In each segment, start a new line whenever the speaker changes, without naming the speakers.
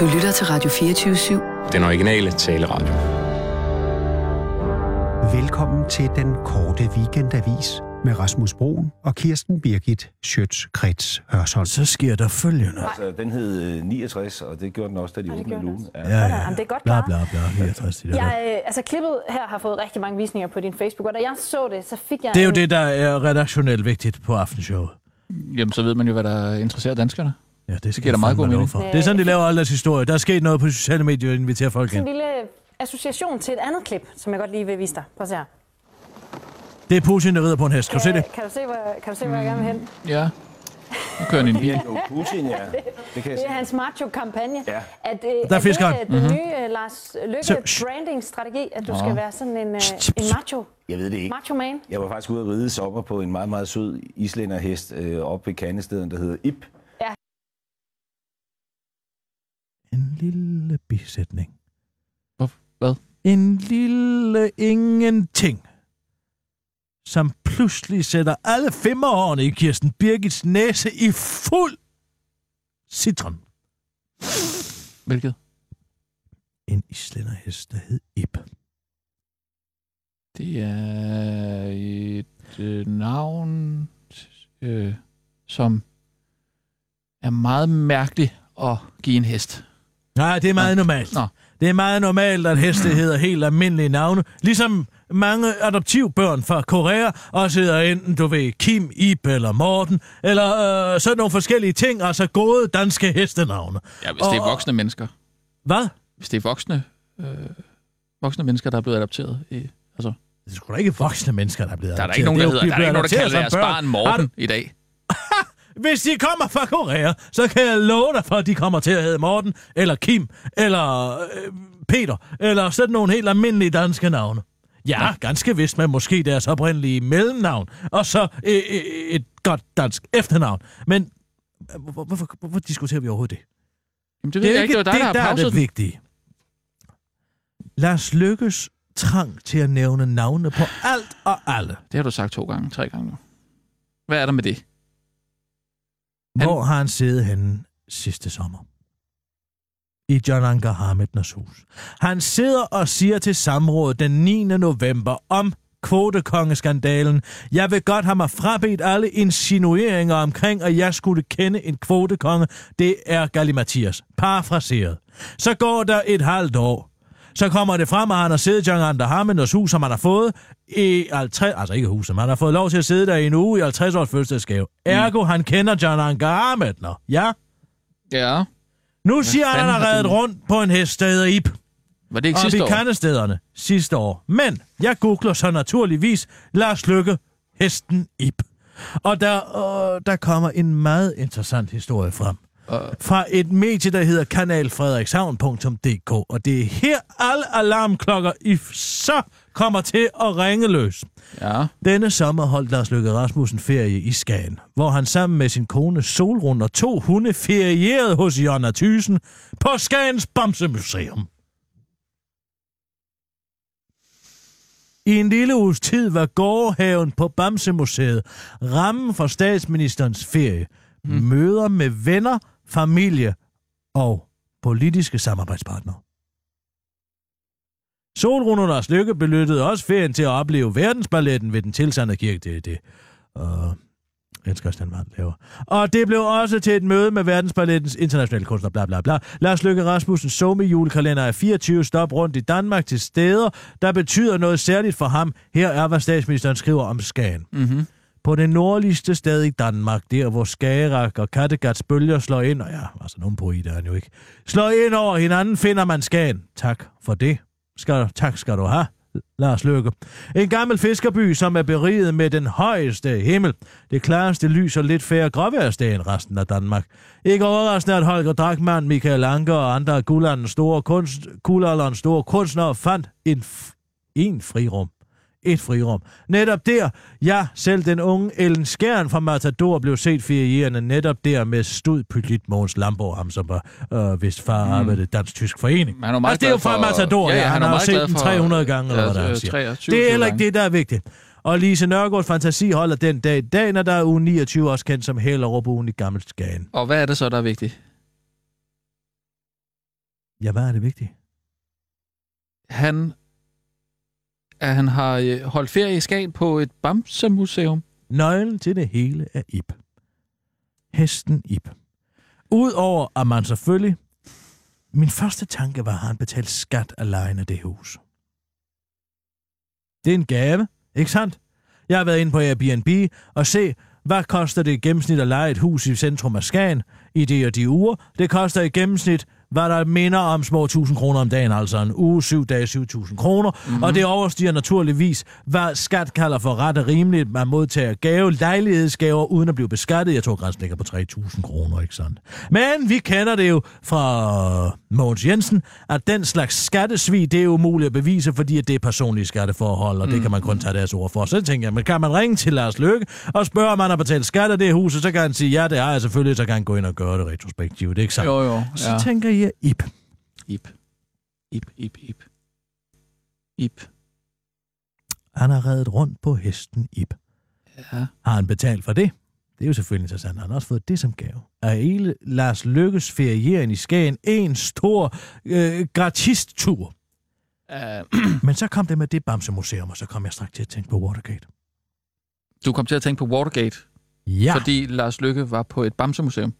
Du lytter til Radio 24-7.
Den originale taleradio.
Velkommen til den korte weekendavis med Rasmus Broen og Kirsten Birgit Schøtz-Krets Hørsholm.
Så sker der
Ah,
følgende.
Altså, den hed øh, 69, og det gjorde den også, da de åbnede
gjorde den
lugen.
Ja, ja.
Jamen, det er godt
Bla,
klaret.
bla, bla. 69, det, der.
Jeg, øh, altså klippet her har fået rigtig mange visninger på din Facebook, og da jeg så det, så fik jeg...
det er jo
en-
det, der er redaktionelt vigtigt på aftenshowet.
Jamen, så ved man jo, hvad der interesserer danskerne.
Ja, det, skal
giver da
jeg
meget
fandme
god
lov
mening.
for. Det er sådan, de laver alle deres historie. Der er sket noget på sociale medier, og inviterer folk
En
ind.
lille association til et andet klip, som jeg godt lige vil vise dig. Prøv at se her.
Det er Putin, der rider på en hest. Kan du se det?
Øh, Kan du se, hvor, kan du se, hvor jeg gerne vil hen?
Ja. Nu kører han i en bil.
Jo, Putin, ja. Det kan jeg
Det er
sige.
hans macho-kampagne.
Ja.
At, øh,
Der er
at det
fiskeren.
er den nye øh, Lars
Så- shh.
Løkke-branding-strategi, at du skal være sådan en, øh, en macho,
Jeg ved det ikke.
macho-man.
Jeg var faktisk ude at ride i sommer på en meget, meget sød islænderhest øh, oppe ved kandesteden, der hedder Ip.
En lille bisætning.
Hvor- hvad?
En lille ingenting, som pludselig sætter alle femmerhårene i Kirsten Birgits næse i fuld citron.
Hvilket?
En islænderhest, der hed Ip.
Det er et øh, navn, øh, som er meget mærkeligt at give en hest.
Nej, det er meget
Nå.
normalt.
Nå.
Det er meget normalt, at heste
Mm.
hedder helt almindelige navne. Ligesom mange adoptivbørn fra Korea også hedder enten, du ved, Kim, Ib eller Morten, eller øh, sådan nogle forskellige ting, altså gode danske hestenavne.
Ja, hvis det
Og-
er voksne mennesker.
Hvad?
Hvis det er voksne, øh, voksne mennesker, der er blevet adopteret. Øh, altså,
Det er sgu da ikke voksne mennesker, der bliver
der er der ikke nogen, der, hedder, der, er der, ikke nogen, der kalder deres barn Morten i dag.
Hvis de kommer fra Korea, så kan jeg love dig for, at de kommer til at hedde Morten, eller Kim, eller øh, Peter, eller sådan nogle helt almindelige danske navne. Ja, ganske vist med måske deres oprindelige mellemnavn, og så øh, øh, et godt dansk efternavn. Men øh, hvor- hvor- hvorfor, hvorfor diskuterer vi overhovedet det?
Jamen, det ved jeg ikke. Det var dig, der har
er
pauset
det
den.
vigtige. Lars Lykkes trang til at nævne navne på alt og alle.
Det har du sagt to gange, tre gange nu. Hvad er der med det? Han-
Hvor har han siddet henne sidste sommer? I John Anker Hamidners hus. Han sidder og siger til samrådet den 9. november om kvotekongeskandalen. Jeg vil godt have mig frabedt alle insinueringer omkring, at jeg skulle kende en kvotekonge. Det er Galimatias. Parafraseret. Så går der et halvt år. Så kommer det frem, at han har siddet i John Ander Hammonders hus, som han har fået i 50... Altså ikke huset, men han har fået lov til at sidde der i en uge i 50 års fødselsdagsgave. Ergo, han kender John Anker Hammondner. Ja.
Ja.
Nu siger han, at han
fanden
har
har
reddet
du-
rundt på en hest, der hedder Ip.
Var det ikke
Og
sidste
vi
år?
kan stederne sidste år. Men jeg googler så naturligvis Lars Lykke, hesten Ip. Og der, øh, der kommer en meget interessant historie frem. Uh.
Øh.
Fra et medie, der hedder kanalfrederikshavn.dk. Og det er her alle alarmklokker i f- så kommer til at ringe løs.
Ja.
Denne sommer holdt Lars Løkke Rasmussen ferie i Skagen, hvor han sammen med sin kone Solrun og to hunde ferierede hos Jonna Thysen på Skagens Bamsemuseum. I en lille uges tid var gårdhaven på Bamsemuseet rammen for statsministerens ferie. Mm. Møder med venner, familie og politiske samarbejdspartnere. Solrun og Lars Lykke benyttede også ferien til at opleve verdensballetten ved den tilsandede kirke. Det er det, og Jens Christian Vand laver. Og det blev også til et møde med verdensballettens internationale kunstner, bla bla bla. Lars Løkke Rasmussens somme julekalender er 24 stop rundt i Danmark til steder, der betyder noget særligt for ham. Her er, hvad statsministeren skriver om Skagen.
Mm-hmm.
På det nordligste sted i Danmark, der hvor Skagerak og Kattegats bølger slår ind, og ja, altså nogen på i, der er han jo ikke, slår ind over hinanden, finder man Skagen. Tak for det. Skal, tak skal du have, Lars Løkke. En gammel fiskerby, som er beriget med den højeste himmel. Det klareste lys og lidt færre gråværsdage end resten af Danmark. Ikke overraskende, at Holger Drachmann, Michael Anker og andre af guldalderens store, kunst, guldalderens store kunstnere fandt en, f- en frirum et frirum. Netop der, ja, selv den unge Ellen Skjern fra Matador blev set ferierende netop der med stud pylit Måns Lamborg, ham som var øh, hvis far mm. arbejdede i Dansk-Tysk Forening.
Han er jo meget
altså, det er jo
glad
fra
for-
Matador, ja, ja, han, har
er
jo
meget
set
glad
den
for-
300 gange, eller
Ja,
hvad der er,
øh,
siger.
23
det er heller ikke
gange.
det, der er vigtigt. Og Lise Nørgaards fantasi holder den dag i dag, når der er uge 29, også kendt som Hellerup ugen i Gammel Skagen.
Og hvad er det så, der er vigtigt?
Ja, hvad er det vigtige?
Han, at han har øh, holdt ferie i Skagen på et Bamse-museum.
Nøglen til det hele er Ip. Hesten Ip. Udover at man selvfølgelig... Min første tanke var, at han betalte skat af lejen af det hus. Det er en gave, ikke sandt? Jeg har været inde på Airbnb og se, hvad koster det i gennemsnit at lege et hus i centrum af Skagen i de og de uger. Det koster i gennemsnit, hvad der minder om små 1000 kroner om dagen, altså en uge, syv dage, 7000 kroner. Mm-hmm. Og det overstiger naturligvis, hvad skat kalder for ret og rimeligt. Man modtager gave, lejlighedsgaver, uden at blive beskattet. Jeg tror, grænsen ligger på 3000 kroner, ikke sandt? Men vi kender det jo fra Mogens Jensen, at den slags skattesvig, det er umuligt at bevise, fordi at det er personlige skatteforhold, og mm. det kan man kun tage deres ord for. Så tænker jeg, men kan man ringe til Lars Løkke og spørge, om han har betalt skat af det hus, og så kan han sige, ja, det har jeg selvfølgelig, så kan han gå ind og gøre det retrospektivt, ikke sandt?
Jo, jo.
Så
Ja.
tænker jeg, Ip,
Ip. Ip, ip, ip. Ip.
han har reddet rundt på hesten Ip.
Ja.
Har han betalt for det? Det er jo selvfølgelig interessant. Han har også fået det som gave. Er hele Lars Lykkes ferieren i Skagen en stor øh, gratistur?
Uh,
Men så kom det med det Bamse Museum, og så kom jeg straks til at tænke på Watergate.
du kom til at tænke på Watergate,
Ja,
ja.
Fordi...
fordi Lars Lykke var på et Bamse-museum.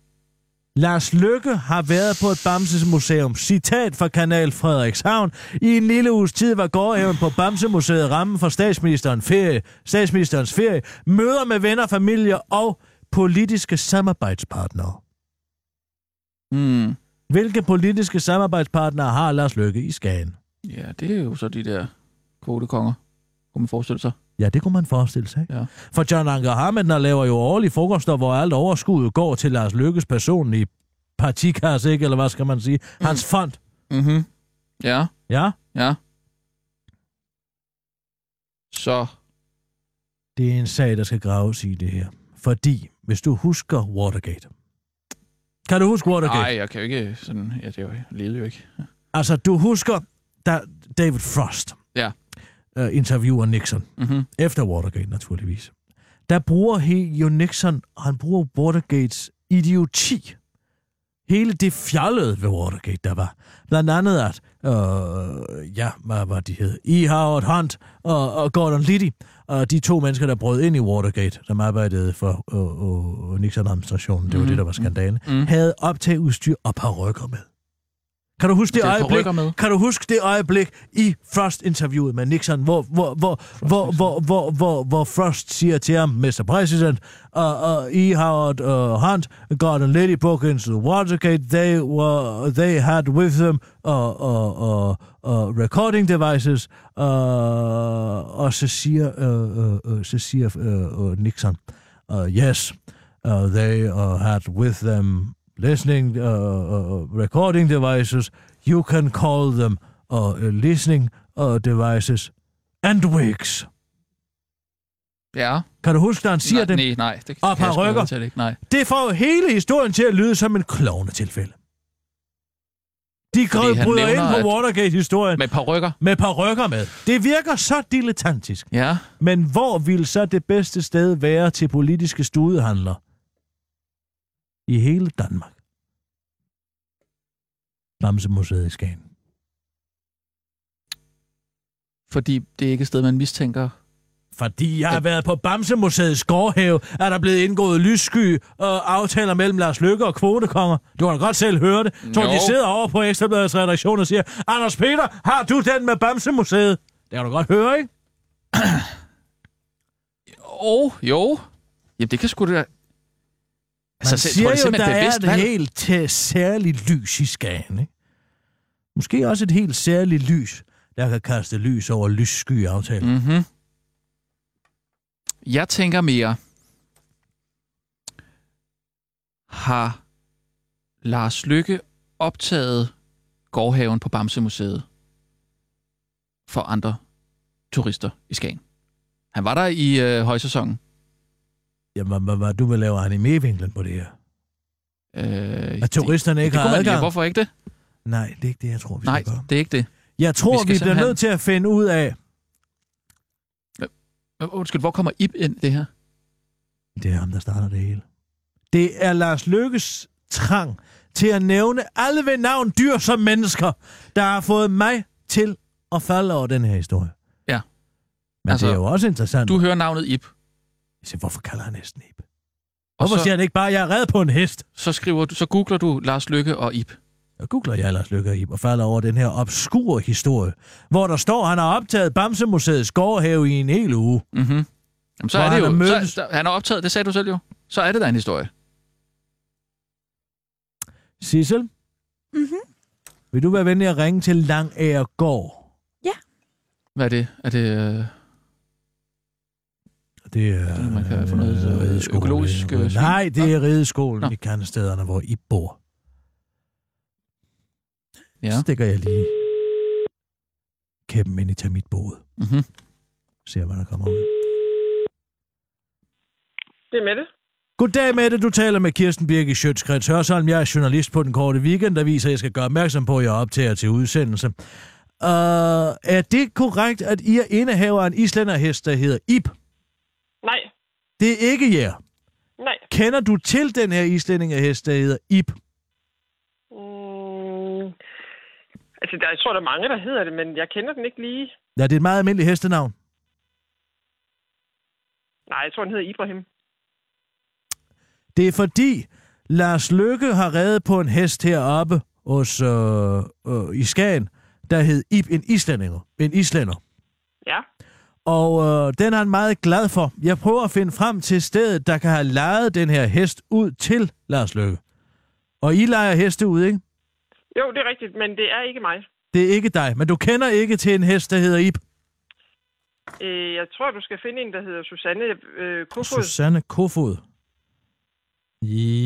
Lars Lykke har været på et Bamses Museum. Citat fra Kanal Frederikshavn. I en lille uges tid var gårdhaven på Bamsemuseet rammen for statsministerens ferie, statsministerens ferie, møder med venner, familie og politiske samarbejdspartnere. Hmm.
Mm.
Hvilke politiske samarbejdspartnere har Lars Løkke i Skagen?
Ja, det er jo så de der kvotekonger, kunne man forestille sig.
Ja, det kunne man forestille sig.
Ja.
For John Anker Hammener laver jo årlige frokoster, hvor alt overskuddet går til Lars Løkkes personlige partikasse, ikke? Eller hvad skal man sige? Hans mm. fond.
Mhm. Ja,
Ja,
ja. Så,
det er en sag, der skal graves i det her. Fordi, hvis du husker Watergate... Kan du huske Watergate?
nej, jeg kan jo ikke sådan... Ja, det er jo, jeg levede jo ikke.
Altså, du husker, da David Frost
Ja.
øh, interviewer Nixon.
Mhm.
Efter Watergate, naturligvis. Der bruger he, jo Nixon, han bruger Watergates idioti. Hele det fjollede ved Watergate, der var. Blandt andet at, øh, ja, hvad var de hed? E. Howard Hunt og, og Gordon Liddy. Og de to mennesker, der brød ind i Watergate, som arbejdede for øh, øh, Nixon-administrationen, det var mm-hmm. det, der var skandalen, mm-hmm. havde optageudstyr og parrykker med. Kan du huske det,
Det er
øjeblik?
parykker med.
Kan du huske det øjeblik i Frost-interviewet med Nixon, hvor, hvor, hvor, hvor, hvor, hvor, hvor, hvor Frost siger til ham, Mr. President, og uh, uh, E. Howard uh, Hunt got a lady book into Watergate. They, were, they had with them uh, uh, uh, uh, recording devices. Uh, og så siger, uh, uh, så siger uh, uh, Nixon, uh, yes, uh, they uh, had with them listening uh, uh, recording devices. You can call them uh, listening uh, devices and wigs.
Ja.
Kan du huske, da han siger det?
nej, Nej, nej. Det
Og
kan jeg sgu
parykker.
ikke til, ikke? Nej.
Det får jo hele historien til at lyde som en klovnetilfælde. De
Fordi
grød
han
bryder
nævner,
ind
at-
på Watergate-historien med,
Med parykker.
med parrykker med. Det virker så dilettantisk.
Ja.
Men hvor ville så det bedste sted være til politiske studehandler? I hele Danmark. Bamsemuseet i Skagen.
Fordi det er ikke et sted, man mistænker.
Fordi jeg har været på Bamsemuseets gårdhave, er der blevet indgået lyssky og aftaler mellem Lars Løkke og kvotekonger. Du har da godt selv hørt det. Tror,
Jo.
de sidder over på Ekstrabladets redaktion og siger, Anders Peter, har du den med Bamsemuseet? Det kan du godt høre, ikke?
Åh, jo. Jamen, det kan sgu da...
Man
Altså,
altså,
selv-
siger
tror jeg,
jo,
simpelthen
der
det
er
er bevidst
et
valg.
helt til særligt lys i Skagen, ikke? Måske også et helt særligt lys, der kan kaste lys over lyssky aftaler. Mm.
Mm-hmm. Jeg tænker mere, har Lars Lykke optaget gårdhaven på Bamsemuseet for andre turister i Skagen? Han var der i øh, højsæsonen.
Jamen, hvad, hvad, du vil lave animevinklen på det her.
Øh,
At turisterne ikke
det, det
har
kunne man, ja,
adgang.
hvorfor ikke det?
Nej, det er ikke det, jeg tror, vi
Nej,
skal gøre.
det er ikke det.
Jeg
Vi
tror,
skal
vi, vi bliver
simpelthen-
nødt til at finde ud af...
Øh, Undskyld, hvor kommer Ip ind i det her?
Det er ham, der starter det hele. Det er Lars Lykkes trang til at nævne alle ved navn dyr som mennesker, der har fået mig til at falde over den her historie.
Ja.
Men altså,
Altså,
det er jo også interessant.
Du
Du...
hører navnet Ip,
Se, hvorfor kalder han hesten Ip?
og
Hvorfor så...
så,
siger han ikke bare, at jeg er red på en hest?
så, skriver du, så googler du Lars Lykke og Ip.
Jeg googler jeg Lars Lykke og Ip og falder over den her obskure historie, hvor der står, at han har optaget Bamsemuseets gårdhave i en hel uge.
Mm-hmm. Jamen, så
Hvor
er det
han
jo.
er mødt-
Så, der, han er optaget, det sagde du selv jo. Så er det da en historie.
Sissel? Mhm. Vil du være venlig at ringe til Langager Gård?
Hvad er det? Er det øh,
Det er,
Det, man kan få noget, øh, økologisk, øh, svin.
Nej, det er rideskolen
Nå.
i kandestederne, hvor I bor.
Ja.
Stikker jeg lige kæppen ind i termitbordet.
mm-hmm.
Ser, hvad der kommer ud.
Det er Mette.
Goddag, Mette. Du taler med Kirsten Birke Sjøtskrets Hørsholm. Jeg er journalist på Den Korte Weekendavis, og jeg skal gøre opmærksom på, at jeg optager til udsendelse. Uh, er det korrekt, at I er indehaver af en islænderhest, der hedder Ip?
Nej,
Det er ikke jer.
nej.
Kender du til den her islændingehest, der hedder Ip?
Mm, altså, der, jeg tror, der er mange, der hedder det, men jeg kender den ikke lige.
Ja, det er et meget almindeligt hestenavn.
Nej, jeg tror, den hedder Ibrahim.
Det er fordi, Lars Lykke har reddet på en hest heroppe hos, øh, øh, i Skagen, der hed Ip, en islænder. En islænder.
Ja,
Og øh, den er han meget glad for. Jeg prøver at finde frem til stedet, der kan have lejet den her hest ud til Lars Lykke. Og I leger heste ud, ikke?
jo, det er rigtigt, men det er ikke mig.
Det er ikke dig, men du kender ikke til en hest, der hedder Ip.
Øh, jeg tror, du skal finde en, der hedder Susanne øh, Kofod.
Susanne Kofod.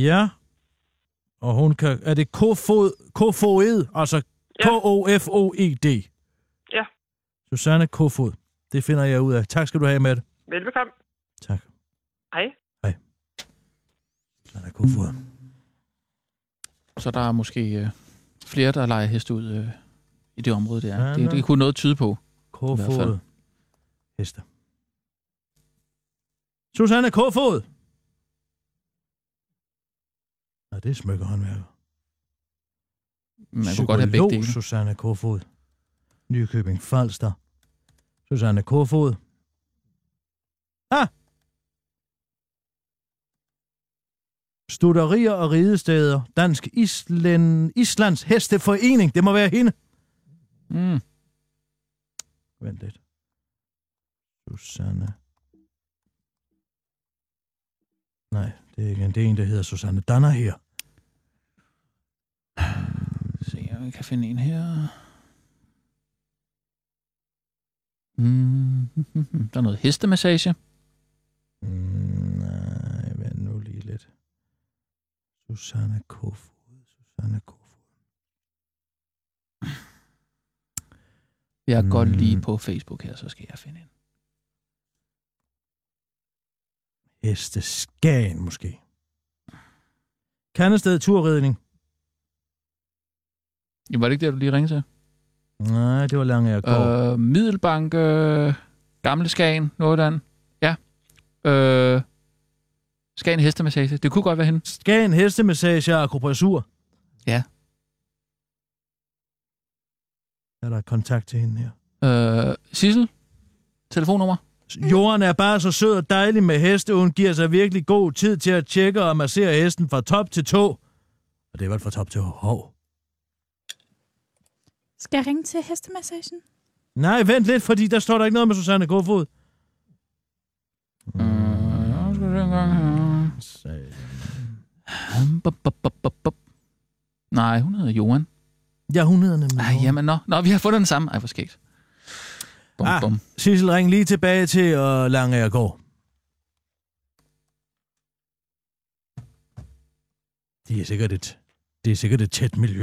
Ja. Og hun kan... Er det Kofod? Kofoed? Altså
Ja.
K-O-F-O-E-D.
Ja.
E Susanne Kofod. Det finder jeg ud af. Tak skal du have, Mette.
Velbekomme.
Tak.
Hej.
Susanne Kofod.
Så der er måske øh, flere, der leger heste ud øh, i det område, der.
Ja,
Ja, det,
nå.
det kunne noget tyde på. I hvert
Kofod.
fald.
Hester. Susanne Kofod. Nej, det er smykkehåndværker.
Man kunne godt have begge dele.
Susanne Kofod. Nykøbing Falster. Susanne Kofod. Ah! Studerier og ridesteder. Dansk Island, Islands Hesteforening. Det må være hende.
Mm.
Vent lidt. Susanne. Nej, det er ikke en. Det er en, der hedder Susanne Danner her.
Se, om jeg kan finde en her. Mm. Der er noget hestemassage.
Mm, Nej, vent nu lige lidt. Susanne Kofod, Susanne Kofod.
Jeg går
Mm.
lige på Facebook her, så skal jeg finde en.
Heste Skagen måske. Kandested Turridning.
Jamen, var det ikke der, du lige ringede til?
Nej, det var langt jeg går. Øh.
Øh, Middelbank, øh, Gamle Skagen, Nordjylland. Ja. Øh, Skagen Hestemassage. Det kunne godt være hende.
Skagen Hestemassage og akupressur.
Ja.
Er der kontakt til hende her?
Øh, Sissel? Telefonnummer?
Jorden er bare så sød og dejlig med heste. Hun giver sig virkelig god tid til at tjekke og massere hesten fra top til tå. Og det var fra top til hov.
Skal jeg ringe til hestemassagen?
Nej, vent lidt, fordi der står der ikke noget med Susanne Kofod.
Mm. Øh, nu skal vi se en gang her. Bop, bop, bop, bop, bop. Nej, hun hedder Johan.
Ja, hun hedder nemlig.
Ej, jamen, nå. nå, vi har fundet den samme. Ej, hvor skægt. Bum,
Ah.
ah. bum.
Sissel, ring lige tilbage til og lange jeg går. Det er sikkert et, det er sikkert et tæt miljø.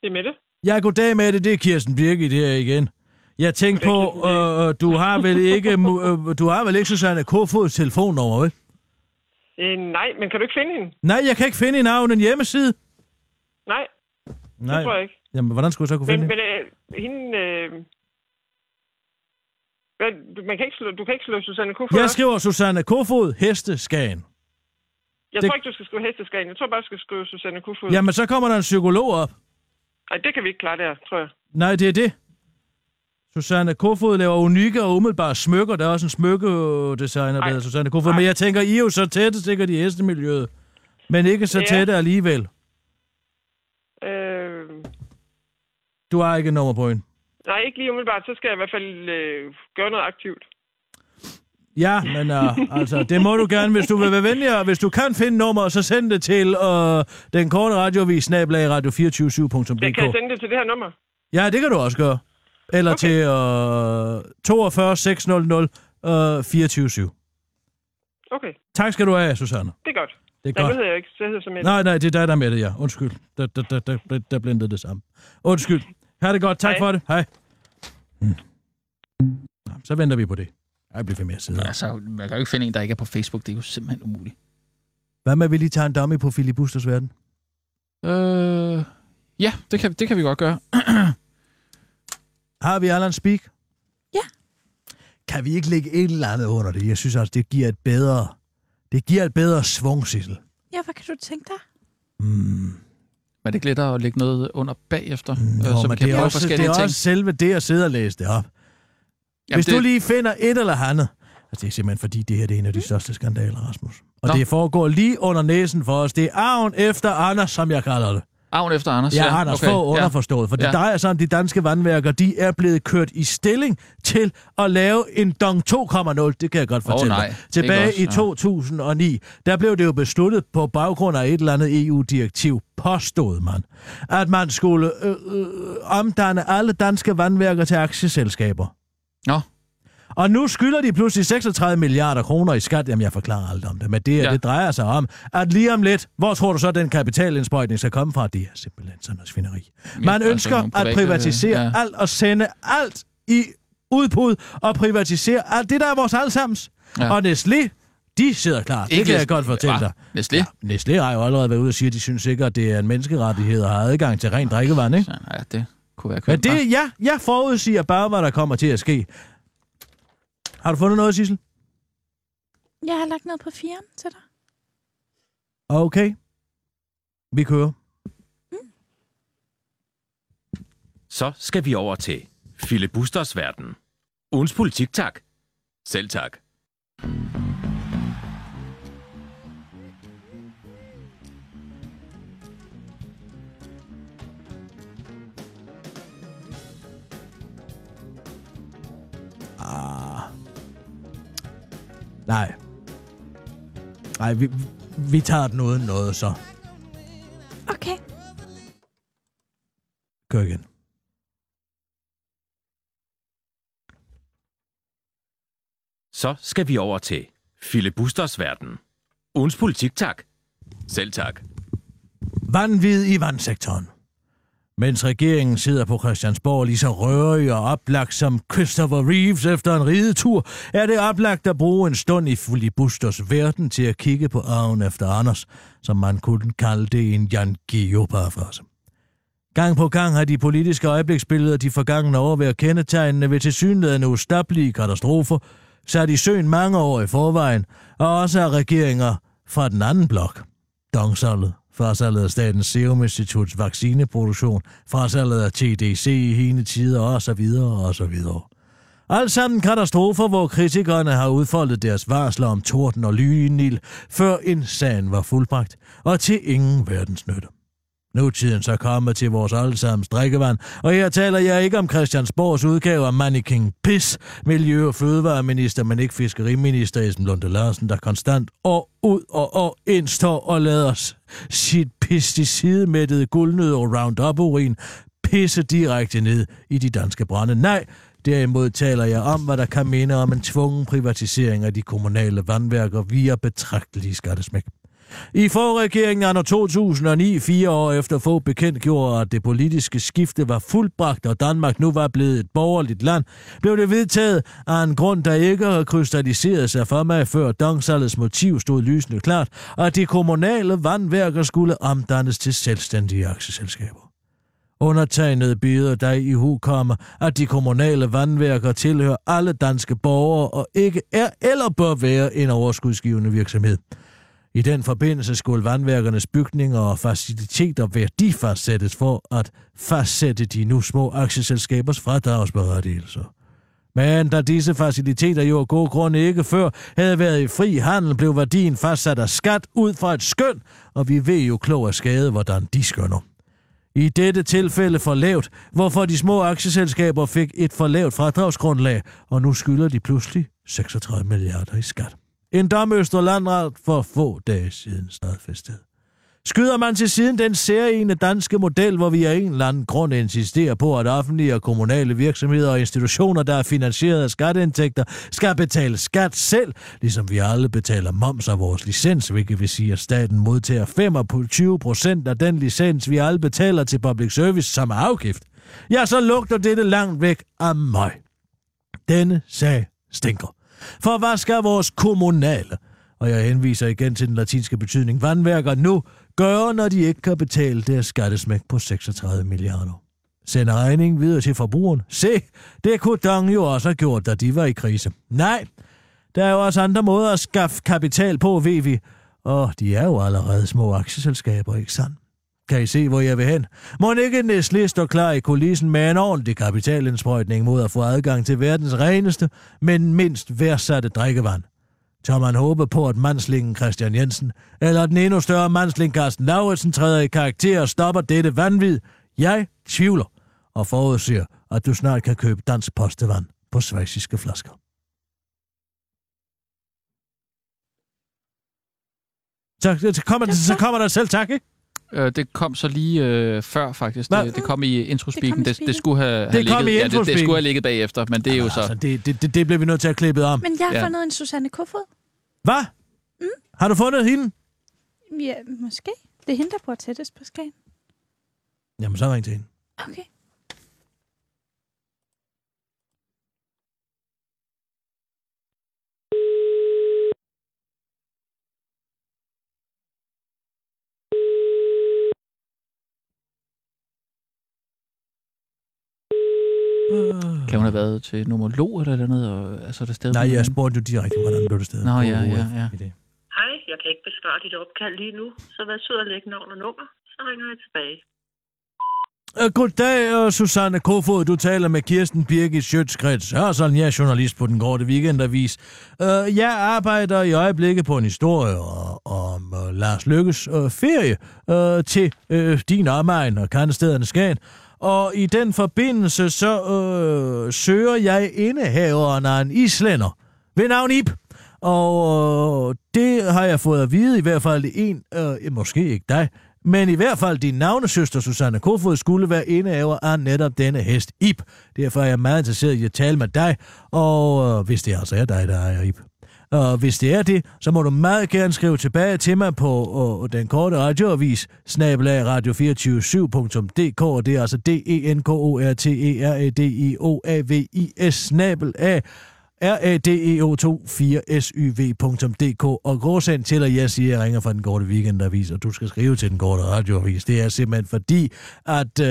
Det er Mette.
Ja, goddag med det. Det er Kirsten Birgit her igen. Jeg tænkte på, øh, du har vel ikke, mu- øh, du har vel ikke Susanne Kofods telefonnummer, vel?
Øh, nej, men kan du ikke finde hende?
Nej, jeg kan ikke finde hende af en hjemmeside.
Nej,
Nej.
det tror jeg ikke.
Jamen, hvordan skulle jeg så kunne
Men,
finde hende?
men øh, hende... Øh, hvad, du- man kan ikke slå, du kan ikke slå Susanne Kofod
Jeg
op?
skriver Susanne Kofod, Heste, Skagen.
Jeg
Det-
tror ikke, du skal skrive hesteskagen. Jeg tror bare, du skal skrive Susanne Kufod.
Jamen, så kommer der en psykolog op.
Ej, det kan vi ikke klare der, tror jeg.
Nej, det er det. Susanne Kofod laver unikke og umiddelbare smykker. Der er også en smykkedesigner, der
Ej.
hedder Susanne Kofod. Men jeg tænker, I er jo så tætte sikkert i hestemiljøet. Men ikke så
Ja.
tætte alligevel.
Øh,
Du har ikke et nummer på hende.
nej, ikke lige umiddelbart. Så skal jeg i hvert fald øh, gøre noget aktivt.
Ja, men uh, altså, det må du gerne, hvis du vil være venlig, og hvis du kan finde nummeret, så send det til uh, den korte radiovis, snablag
Jeg kan jeg
radio247.dk.
sende det til det her nummer.
Ja, det kan du også gøre. Eller okay.
Okay.
til uh, 42 600 uh, 247.
Okay,
Tak skal du have, Susanne.
det er godt.
Det er
Nej, nu
godt.
hedder jeg ikke. Så hedder jeg som
Nej, nej, det er dig, der er med det, ja. Undskyld. Der, der, der, der, der, der blindede det samme. Undskyld. Ha' det godt. Tak Hej.
Hej.
for det. Hej. Hmm. Nå, Så venter vi på det. Ej, bliver ved med at sidde. her.
Altså, man kan jo ikke finde en, der ikke er på Facebook. Det er jo simpelthen umuligt.
Hvad med, at vi lige tager en dummy på Philip Busters verden?
Øh, ja, det kan, det kan vi godt gøre.
Har vi Allan Speak?
Ja.
Kan vi ikke lægge et eller andet under det? Jeg synes altså, det giver et bedre... Det giver et bedre svung, Sissel.
Ja, hvad kan du tænke dig?
Mm.
Men det glæder at lægge noget under bagefter, øh,
Nå,
som
Mm, men
kan
det er,
bruge
også, det
forskellige
er
ting.
også selve det at sidde og læse det op. Jamen,
Jamen,
Hvis det... du
det-
lige finder et eller andet. Altså, det er simpelthen fordi, det her det er en af de største skandaler, Rasmus. Og Nå.
Nå.
det foregår lige under næsen for os. Det er arven efter Anders, som jeg kalder det.
Arven efter Anders.
Ja, ja Anders okay. Fogh underforstået. For det
Ja.
drejer sig om, de danske vandværker, de er blevet kørt i stilling til at lave en Dong 2,0. Det kan jeg godt
Åh,
fortælle
nej.
dig.
Ikke
Tilbage
også,
i
ja.
2009, der blev det jo besluttet på baggrund af et eller andet EU-direktiv, påstod man, at man skulle øh, øh, omdanne alle danske vandværker til aktieselskaber.
Nå.
Og nu skylder de pludselig 36 milliarder kroner i skat. Jamen, jeg forklarer alt om det, men det, ja.
Ja.
det drejer sig om, at lige om lidt, hvor tror du så, den kapitalindsprøjtning skal komme fra? Det er simpelthen sådan noget svineri.
Ja,
Man
altså,
ønsker
nogle
at
private-
privatisere
ja.
alt og sende alt i udbud og privatisere alt det, der er vores allesammens.
Ja.
Og Nestlé, de sidder klar. Det kan jeg godt fortælle dig.
Næstle. Ja.
Nestlé har jo allerede været ude og sige, at de synes ikke, at det er en menneskerettighed at have adgang til rent drikkevand, ikke?
Sådan, ja, det kunne være
Men
kønt.
det, ja, jeg forudsiger bare, hvad der kommer til at ske. Har du fundet noget, Sissel?
Jeg har lagt noget på firen til dig.
Okay. Vi kører.
Så skal vi over til Filibusters verden. Ugens politik, tak. Selv tak.
Nej. Nej, vi, vi tager den uden noget, så.
Okay.
Kør igen.
Så skal vi over til Filibusters verden. Ugens politik, tak. Selv tak.
Vanvid i vandsektoren. Mens regeringen sidder på Christiansborg lige så rørig og oplagt som Christopher Reeves efter en ridetur, er det oplagt at bruge en stund i Fulibusters verden til at kigge på arven efter Anders, som man kunne kalde det i en Jan Guillaume-parafrase. Gang på gang har de politiske øjebliksbilleder de forgangne år været kendetegnende ved tilsyneladende ustablige katastrofer, sat i søen mange år i forvejen, og også af regeringer fra den anden blok. Dongsalget, frasalget af Statens Serum Instituts vaccineproduktion, frasalget af TDC i hene tider og så videre og så videre. Alt sammen katastrofer, hvor kritikerne har udfoldet deres varsler om torden og lynild, før en sagen var fuldbragt, og til ingen verdens nytte. Nu er tiden så kommet til vores allesammens drikkevand, og her taler jeg ikke om Christiansborgs udgave af Mannequin Piss, Miljø- og Fødevareminister, men ikke Fiskeriminister Esben Lunde Larsen, der konstant år ud og år ind står og lader s- sit pesticidmættede guldnød og Roundup-urin pisse direkte ned i de danske brænde. Nej, Derimod taler jeg om, hvad der kan minde om en tvungen privatisering af de kommunale vandværker via betragtelige skattesmæk. I forregeringen anno 2009, fire år efter få bekendtgjorde, at det politiske skifte var fuldbragt, og Danmark nu var blevet et borgerligt land, blev det vedtaget af en grund, der ikke har krystalliseret sig for mig, før Dongsalets motiv stod lysende klart, at de kommunale vandværker skulle omdannes til selvstændige aktieselskaber. Undertegnet byder dig i hukomme, at de kommunale vandværker tilhører alle danske borgere og ikke er eller bør være en overskudsgivende virksomhed. I den forbindelse skulle vandværkernes bygninger og faciliteter værdifastsættes for at fastsætte de nu små aktieselskabers fradragsberettigelser. Men da disse faciliteter jo af gode grunde ikke før havde været i fri handel, blev værdien fastsat af skat ud fra et skøn, og vi ved jo klog af skade, hvordan de skønner. I dette tilfælde for lavt, hvorfor de små aktieselskaber fik et for lavt fradragsgrundlag, og nu skylder de pludselig 36 milliarder i skat. En dom Østre Landret for få dage siden stadfæstet. Skyder man til siden den særlige danske model, hvor vi af en eller anden grund insisterer på, at offentlige og kommunale virksomheder og institutioner, der er finansieret af skatteindtægter, skal betale skat selv, ligesom vi alle betaler moms af vores licens, hvilket vil sige, at staten modtager 25 procent af den licens, vi alle betaler til public service som afgift. Ja, så lugter dette langt væk af mig. Denne sag stinker. For hvad skal vores kommunale, og jeg henviser igen til den latinske betydning vandværker nu, gøre, når de ikke kan betale deres skattesmæk på 36 milliarder? Sende regningen videre til forbrugeren. Se, det kunne Dong jo også have gjort, da de var i krise. Nej, der er jo også andre måder at skaffe kapital på, ved vi. Og de er jo allerede små aktieselskaber, ikke sandt? Kan I se, hvor jeg vil hen? Må ikke Nestlé står klar i kulissen med en ordentlig kapitalindsprøjtning mod at få adgang til verdens reneste, men mindst værdsatte drikkevand? Tør man håbe på, at mandslingen Christian Jensen eller den endnu større mandsling Carsten Lauritsen træder i karakter og stopper dette vanvid? Jeg tvivler og forudser, at du snart kan købe dansk postevand på svejsiske flasker. Så, så, kommer, så kommer der selv tak, ikke?
Øh, det kom så lige øh, før, faktisk.
Hvad?
Det, det kom i introspeaken.
Det kom i
Det, det, skulle have, have
Det kom
ligget,
i
ja, det, det
introspeaken.
skulle have ligget bagefter, men det er jo
Altså,
så...
det, det, det, det bliver vi nødt til at klippe om.
Men jeg har
Ja.
fundet en Susanne Kofod.
Hvad? Har du fundet hende?
Ja, måske. Det er hende, der bor tættest på Skagen.
Jamen, så ring til hende.
Okay.
Kan hun have været til nomolog eller et eller andet? Og, altså, er det stadig
Nej, jeg spurgte jo direkte, hvordan blev det sted.
Nå, ja, ja, ja.
Hej, jeg kan ikke besvare dit opkald lige nu, så vær sød at lægge navn og nummer, så ringer jeg tilbage.
Uh, goddag, uh, Susanne Kofod. Du taler med Kirsten Birgit Sjøtskrets Hørsson. Jeg er journalist på Den Korte Weekendavis. Uh, jeg arbejder i øjeblikket på en historie o- om uh, Lars Lykkes uh, ferie uh, til uh, din omegn og kandestederne Skagen. Og i den forbindelse så uh, søger jeg indehaveren af en islænder ved navn Ib. Og øh, det har jeg fået at vide, i hvert fald en, øh, måske ikke dig, men i hvert fald din navnesøster Susanne Kofod skulle være indehaver af netop denne hest, Ip. Derfor er jeg meget interesseret i at tale med dig, og øh, hvis det altså er dig, der ejer Ip. Og hvis det er det, så må du meget gerne skrive tilbage til mig på øh, den korte radioavis, snabelag radio247.dk, og det er altså d e n k o r t e r a d i o a v i s snabelag E radeo24syv.dk og gråsend til, at jeg siger, at jeg ringer fra den korte weekendavis, og du skal skrive til den korte radioavis. Det er simpelthen fordi, at øh,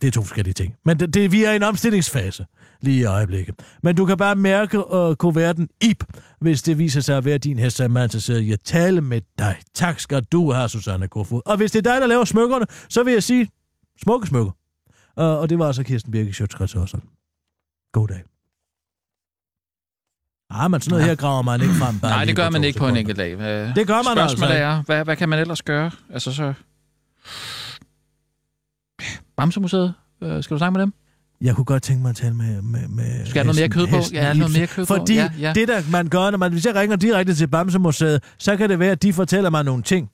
det er to forskellige ting. Men det, det, vi er i en omstillingsfase lige i øjeblikket. Men du kan bare mærke øh, kuverten IP, hvis det viser sig at være din hest, så er jeg meget interesseret i at tale med dig. Tak skal du have, Susanne Kofod. Og hvis det er dig, der laver smykkerne, så vil jeg sige, smukke smykker. Uh, og det var altså Kirsten Birke Sjøtskrets også. God dag. Ah, men sådan noget ja. her graver man ikke frem. bare
Nej,
lige
det gør
på
man
to
ikke på en
sekunder.
enkelt dag. Hvad-
Det gør man altså
Spørgsmålet
ikke.
er, hvad, hvad kan man ellers gøre? Altså så... Bamsemuseet? Øh, skal du snakke med dem?
Jeg kunne godt tænke mig at tale med... med, med
Skal jeg have noget mere kød på?
hesten
Ja,
Ibsen.
noget mere kød på.
Fordi
Ja, ja.
det, der man gør, når man, hvis jeg ringer direkte til Bamsemuseet, så kan det være, at de fortæller mig nogle ting,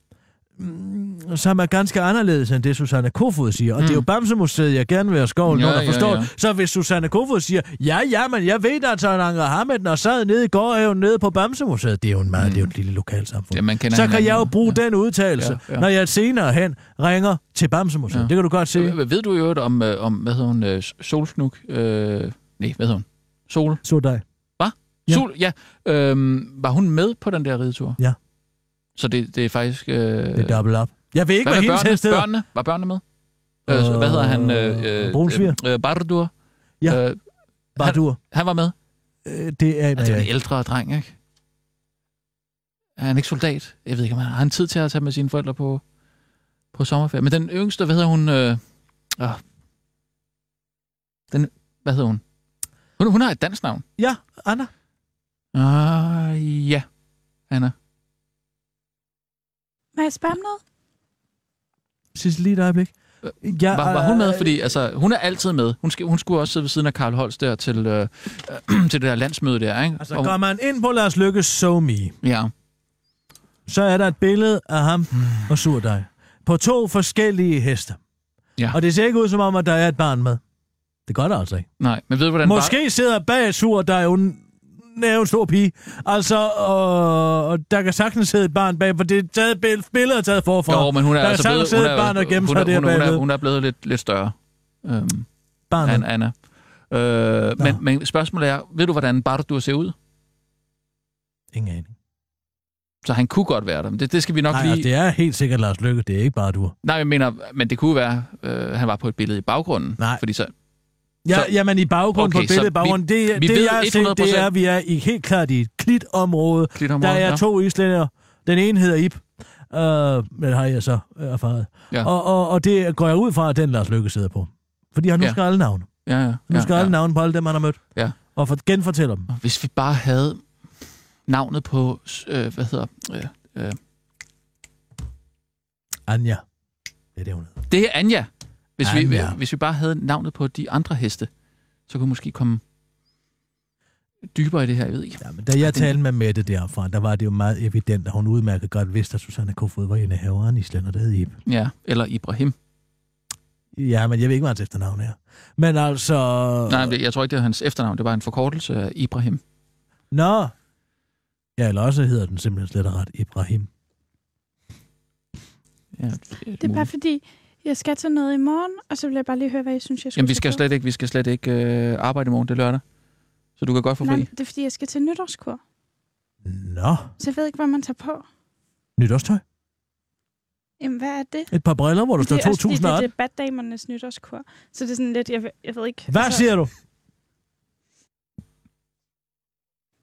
mm, som er ganske anderledes end det, Susanne Kofod siger. Og mm. det er jo Bamsemuseet, jeg gerne vil have skoven
Ja,
under,
ja,
forstår
ja.
du? Så hvis Susanne Kofod siger, ja, ja, men jeg ved, at Søren Anker Hamid og sad nede i gårdhaven nede på Bamsemuseet, det er jo en meget, mm. det er jo et lille lokalsamfund.
Ja, man kender
så kan
hinanden,
jeg jo
ja.
bruge den udtalelse,
Ja, ja.
når jeg senere hen ringer til Bamsemuseet.
Ja.
Det kan du godt se.
Hvad ved du i øvrigt om, øh, om hvad hedder hun, øh, Solsnuk? Øh, nej, hvad hedder hun? Sol?
Så dig. Ja.
Ja. Sol, ja. Øhm, var hun med på den der ridetur?
Ja.
Så det, det er faktisk... Øh,
Det er dobbelt op. Jeg ved ikke,
hvad
hvad,
med
hendes hest
børnene?
hedder.
børnene? Var børnene med? Øh, så- hvad hedder han? Øh, øh,
Brunsviger.
Øh, øh, Bardur.
Ja.
Øh,
Bardur.
han var med.
Øh, Det er...
Altså, det er
Nej,
en ældre dreng, ikke? Er han ikke soldat? Jeg ved ikke, om han har han tid til at tage med sine forældre på, på sommerferie. Men den yngste, hvad hedder hun? Øh, øh, den, hvad hedder hun? hun? Hun har et dansk navn.
Ja, Anna.
Ah, ja, Anna.
Må jeg spørge om noget?
Sidst lige et øjeblik. Ja,
Var, var hun med?
øh,
Fordi altså, hun er altid med. Hun, skal, hun skulle også sidde ved siden af Karl Holst der til, øh, øh, til det der landsmøde der, ikke?
Altså,
Og-
går man ind på Lars Lykkes SoMe,
ja.
så er der et billede af ham
Hmm.
og surdej på to forskellige heste.
Ja.
Og det ser ikke ud som om, at der er et barn med. Det gør der altså ikke.
Nej, men ved du, hvordan
Måske sidder bag surdej jo en, er jo en stor pige. Altså, øh, og der kan sagtens sidde et barn bag, for det er taget bill- billeder er taget forfra.
Jo, men hun er
der
altså
kan
blevet...
sagtens sidde et barn og gemme
hun, er-
sig der
hun, er- hun, er,
bagved.
hun er blevet lidt, lidt større, øhm,
Barnet.
Anna. Anna. Øh, men, men spørgsmålet er, ved du, hvordan Bardur ser ud?
Ingen aning.
Så han kunne godt være der. men Det, det skal vi nok
Nej,
lige...
altså, det er helt sikkert Lars Lykke. Det er ikke bare du.
Nej, jeg mener, men det kunne være, øh, han var på et billede i baggrunden.
Nej.
Fordi så,
Ja,
Så-
jamen i baggrund okay,
Okay,
på
så
billedet, baggrund,
vi-
det,
vi
det
ved
jeg har set, det
100%.
er, at vi er i, helt klart i et klitområde. Der
Klitområde,
er
ja.
to islænder. Den ene hedder Ib, øh, men har jeg så erfaret.
Ja.
Og, og, og det går jeg ud fra, at den Lars Løkke sidder på. Fordi han nu
Ja.
skal alle navne.
ja, ja,
Nu
ja,
skal
ja.
alle navne på alle dem, han har mødt.
Ja.
Og for, genfortæller dem.
Hvis vi bare havde navnet på, øh, hvad hedder... Øh, øh,
Anja. Det er det, hun hedder.
det er Anja. Hvis,
Anja.
Vi, hvis vi bare havde navnet på de andre heste, så kunne vi måske komme dybere i det her, jeg ved ikke.
Ja, men da jeg talte med Mette derfra, der var det jo meget evident, at hun udmærket godt vidste, at Susanne Kofod var en af haveren islænder, der hed Ib.
Ja, eller Ibrahim.
Ja, men jeg ved ikke, hvad hans efternavn er. Men altså...
Nej, men jeg tror ikke, det er hans efternavn. Det var en forkortelse af Ibrahim.
Nå. Ja, eller også hedder den simpelthen slet og ret Ibrahim.
Ja, det
Det er bare fordi, jeg skal til noget i morgen, og så vil jeg bare lige høre, hvad I synes, jeg skal
Jamen, vi
tage
skal
på.
slet ikke, vi skal slet ikke øh, arbejde i morgen. Det er lørdag. Så du kan godt få
Nej,
fri.
men det er fordi, jeg skal til nytårskur.
Nå,
Så jeg ved ikke, hvad man tager på.
nytårstøj.
Jamen, hvad er det?
Et par briller, hvor der står
det er også fordi,
2018.
Det er debatdamernes nytårskur. Så det er sådan lidt, jeg, ved- jeg ved ikke... altså,
Hvad siger du?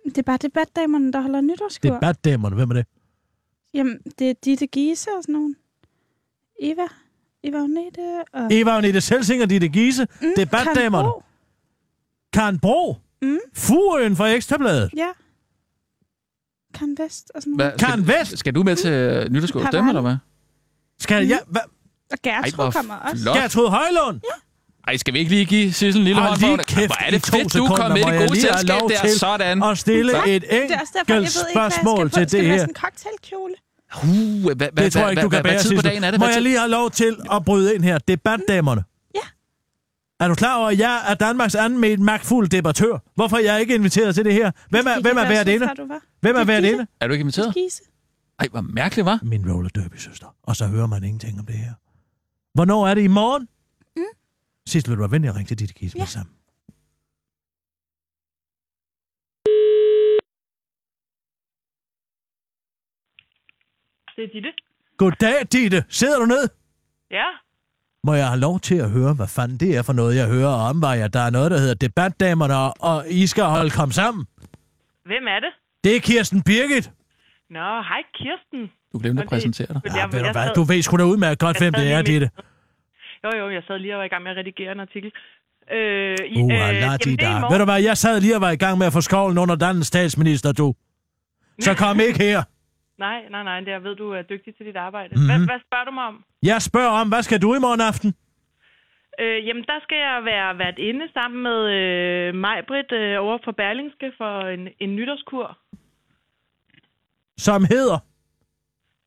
Det er bare debatdamerne, der holder nytårskur.
Debatdamerne, hvem er det?
Jamen, det er Ditte Giese og sådan nogen. Eva. Eva Agnete og...
Eva Agnete Selsinger, Ditte Giese,
Mm,
debatdamerne.
Karen Bro.
Karen Bro,
Mm,
Furøen fra Ekstrabladet,
ja. Karen Vest og sådan
Hvad,
noget.
Karen
skal,
Vest.
skal du med til øh, nytårsgård
Har
stemme,
været.
eller hvad?
Skal jeg...
Mm.
Hva?
Og
Ej,
Gertrud
hvor
kommer også.
flot.
Gertrud Højlund!
Ej, skal vi ikke lige give Sissel en lille
Hold
hånd
lige
for det?
kæft
Hvor er
i
det
to
fedt, du
sekunder,
kom med i
hvor
det
jeg
gode
lige har
selskab
lov
der.
til
Sådan.
Og stille
Tak.
et
Det er også derfor,
enkelt
jeg ved ikke, hvad jeg skal
spørgsmål
på.
til
Skal
det
være
her.
sådan en cocktailkjole?
Uh, hvad, hvad,
Det tror jeg ikke, du
hvad,
kan
hvad,
bære,
tid på dagen er
Sissel.
det?
Må
Hvad
jeg
tid-
lige have lov til at bryde ind her? Debatdamerne.
Ja.
Er du klar over, at jeg er Danmarks anden med en magtfuld debattør? Hvorfor er jeg ikke inviteret til det her? Hvem er,
Gik
hvem er
jeg også
hvert
ud
ene?
fra, du var?
Hvem er
Det er
hvert
Gitte.
ene?
Er du ikke inviteret?
Giese.
Ej, hvor mærkeligt, var.
Min roller derby søster. Og så hører man ingenting om det her. Hvornår er det i morgen? Mm. Sidst vil du være venlig at ringe til Ditte Gies ja.
Ja.
med sammen.
Det er Ditte.
Goddag, Ditte. Sidder du ned?
Ja,
Må jeg have lov til at høre, hvad fanden det er for noget, jeg hører om, var jeg, der er noget, der hedder debatdamerne, og- og I skal holde kom sammen.
hvem er det?
Det er Kirsten Birgit.
Nå, hej Kirsten.
Du glemte at
Og det-
præsentere dig.
Ja,
Jeg-
ved du
jeg
hvad?
sad-
Du ved sgu da udmærket godt,
Jeg
hvem
sad
det
lige
er,
med-
Ditte.
Jo, jo, jeg sad lige og var i gang med at redigere en artikel. Øh, i,
Uh,
jamen,
Allah,
det er i
de der.
morgen.
Ved du hvad, jeg sad lige og var i gang med at få skovlen under den statsminister, du. Så kom ikke her.
Nej, nej, nej, det er, jeg ved, du er dygtig til dit arbejde.
Mhm.
Mm-hmm. Hvad, hvad spørger du mig om?
Jeg spørger om, hvad skal du i morgen aften?
Øh, jamen, der skal jeg være vært inde sammen med øh, Majbrit øh, over fra Berlingske for en, en nytårskur.
Som hedder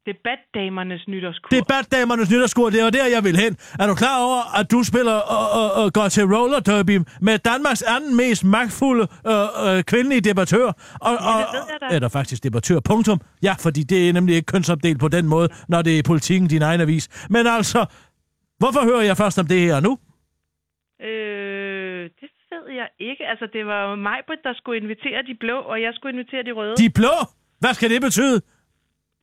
Debatdamernes nytårskur.
Debatdamernes nytårskur. Det var der, jeg ville hen. Er du klar over, at du spiller og, og, og går til roller derby med Danmarks anden mest magtfulde øh, øh, kvindelige debattør? Og, og,
ved jeg da.
eller faktisk debattør, punktum. Ja, fordi det er nemlig ikke kønsopdelt på den måde, når det er politikken, din egen avis. Men altså, hvorfor hører jeg først om det her nu?
Øh, det ved jeg ikke. Altså, det var jo Majbrit, der skulle invitere de blå, og jeg skulle invitere de røde.
De blå? Hvad skal det betyde?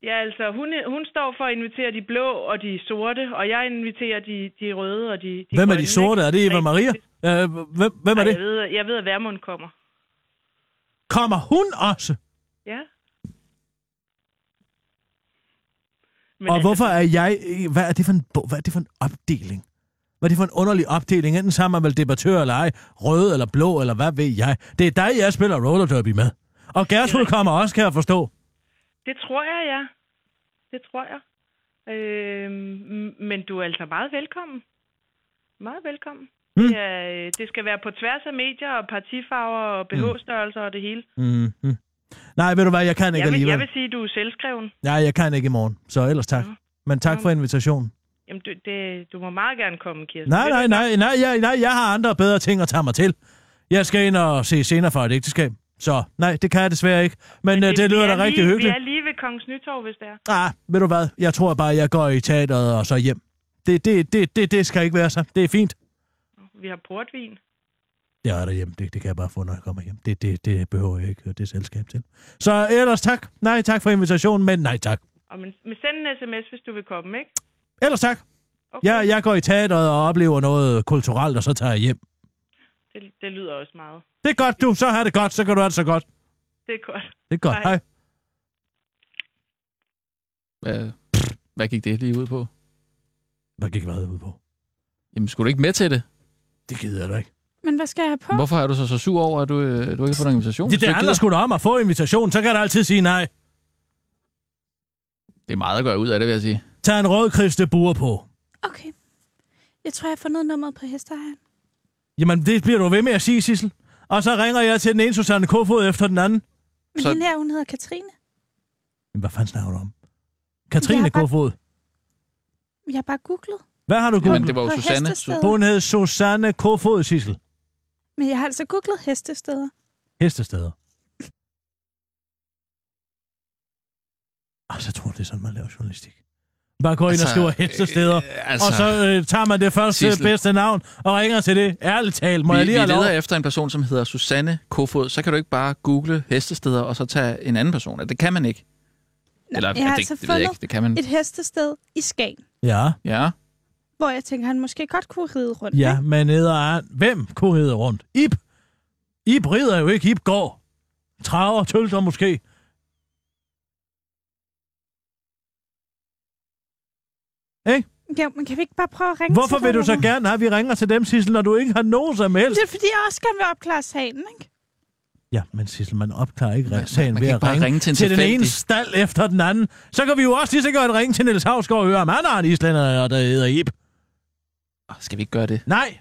Ja, altså, hun, hun står for at invitere de blå og de sorte, og jeg inviterer de, de røde og de, de
Hvem er
grønne,
de sorte?
ikke?
Er det Eva
Men-
Maria? Øh, hvem, hvem er
Ej,
det?
Jeg ved, jeg ved, at Værmund kommer.
Kommer hun også?
Ja. Men
og
altså,
hvorfor er jeg... Hvad er det for en, bog? hvad er det for en opdeling? Hvad er det for en underlig opdeling? Enten så er man vel debattør eller ej, rød eller blå, eller hvad ved jeg. Det er dig, jeg spiller roller derby med. Og Gertrud kommer også, kan jeg forstå.
Det tror jeg, ja. Det tror jeg. Øh, men du er altså meget velkommen. Meget velkommen.
Mm.
Mm. Det, er, øh, det skal være på tværs af medier og partifarver og
Hmm.
BH-størrelser og det hele.
Mm-hmm. Nej, ved du hvad, jeg kan ikke
Jeg vil, jeg
alligevel.
vil sige, at du er selvskreven.
Nej, jeg kan ikke i morgen, så ellers tak. Men tak for invitationen.
Jamen, du, det, du må meget gerne komme, Kirsten.
Nej,
Det
nej,
vil jeg
nej, nej, nej, nej, jeg har andre og bedre ting at tage mig til. Jeg skal ind og se senere for et ægteskab. Så nej, det kan jeg desværre ikke. Men, Men det, det lyder
vi er
da rigtig
lige,
hyggeligt.
Vi er lige ved Kongens Nytorv, hvis det er.
Ah, ved du hvad? Jeg tror bare, jeg går i teateret og så hjem. Det, det, det, det, det skal ikke være så. Det er fint.
Vi har portvin.
Jeg er derhjemme. Det, det kan jeg bare få, når jeg kommer hjem. Det, det, det behøver jeg ikke det selskab til. Så ellers tak. Nej, tak for invitationen, men nej tak.
Og men, men send en sms, hvis du vil komme, ikke?
Ellers tak. Okay. Jeg, jeg går i teateret og oplever noget kulturelt, og så tager jeg hjem.
Det, det lyder også meget.
Det er godt, du. Så har det godt. Så kan du have det så godt.
Det er godt.
Det er godt. Hej.
Hej.
Hej.
Hvad, hvad gik det lige ud på?
Hvad gik hvad ud på?
Jamen, skulle du ikke med til det?
Det gider jeg da ikke.
Men hvad skal jeg have på?
Hvorfor er du så, så sur over, at du, øh, du ikke har fået en invitation?
Det,
Hvis
det
du ikke
handler
gider-
sgu da om at få invitation. Så kan du altid sige nej.
det er meget at gøre ud af det, vil jeg sige.
Tag en rød buer på.
Okay. Jeg tror, jeg har fundet nummeret på hestehagen.
Jamen, det bliver du ved med at sige, Sissel. Og så ringer jeg til den ene Susanne Kofod efter den anden.
Men
Så-
så... hende her, hun hedder Katrine.
Men hvad fanden snakker du om?
Jeg
Katrine
har bare-
Kofod.
Jeg har bare googlet.
Hvad har du
Men
googlet?
det var jo
På
Susanne.
hestestedet.
Hun hed Susanne Kofod, Sissel.
Men jeg har altså googlet hestesteder.
Hestesteder. Altså, jeg tror, det er sådan, man laver journalistik. Bare går ind og
Altså,
skriver hestesteder,
øh,
altså, og så øh, tager man det første
Sissel.
bedste navn og ringer til det. Ærligt talt, må
vi,
jeg lige
vi
have lov?
leder efter en person, som hedder Susanne Kofod. Så kan du ikke bare google hestesteder og så tage en anden person. Det kan man ikke. Eller,
jeg
ja,
har
det,
altså
det ved jeg ikke.
fundet
Det kan man.
Et hestested i Skagen,
Ja,
Ja.
hvor jeg tænker, han måske godt kunne ride rundt.
ja,
ikke?
men neder Hvem kunne hedde rundt? Ib! Ib rider jo ikke, Ib går. Traver, tølter måske.
Jo, men kan vi ikke bare prøve at ringe
Hvorfor
til
vil
det
du så
nummer?
gerne have, at vi ringer til dem, Sissel, når du ikke har nogen som helst?
Det er fordi, jeg også gerne vil opklare sagen, ikke?
Ja, men Sissel, man opklarer ikke
Man-
sagen
man
ved
kan ikke
at
bare
ringe,
ringe til en
til den
tilfældig.
ene stald efter den anden. Så kan vi jo også lige så godt ringe til Niels Havsgaard og høre, om han har en islænder, der hedder Ib.
Åh, Ah, Skal vi ikke gøre det?
Nej,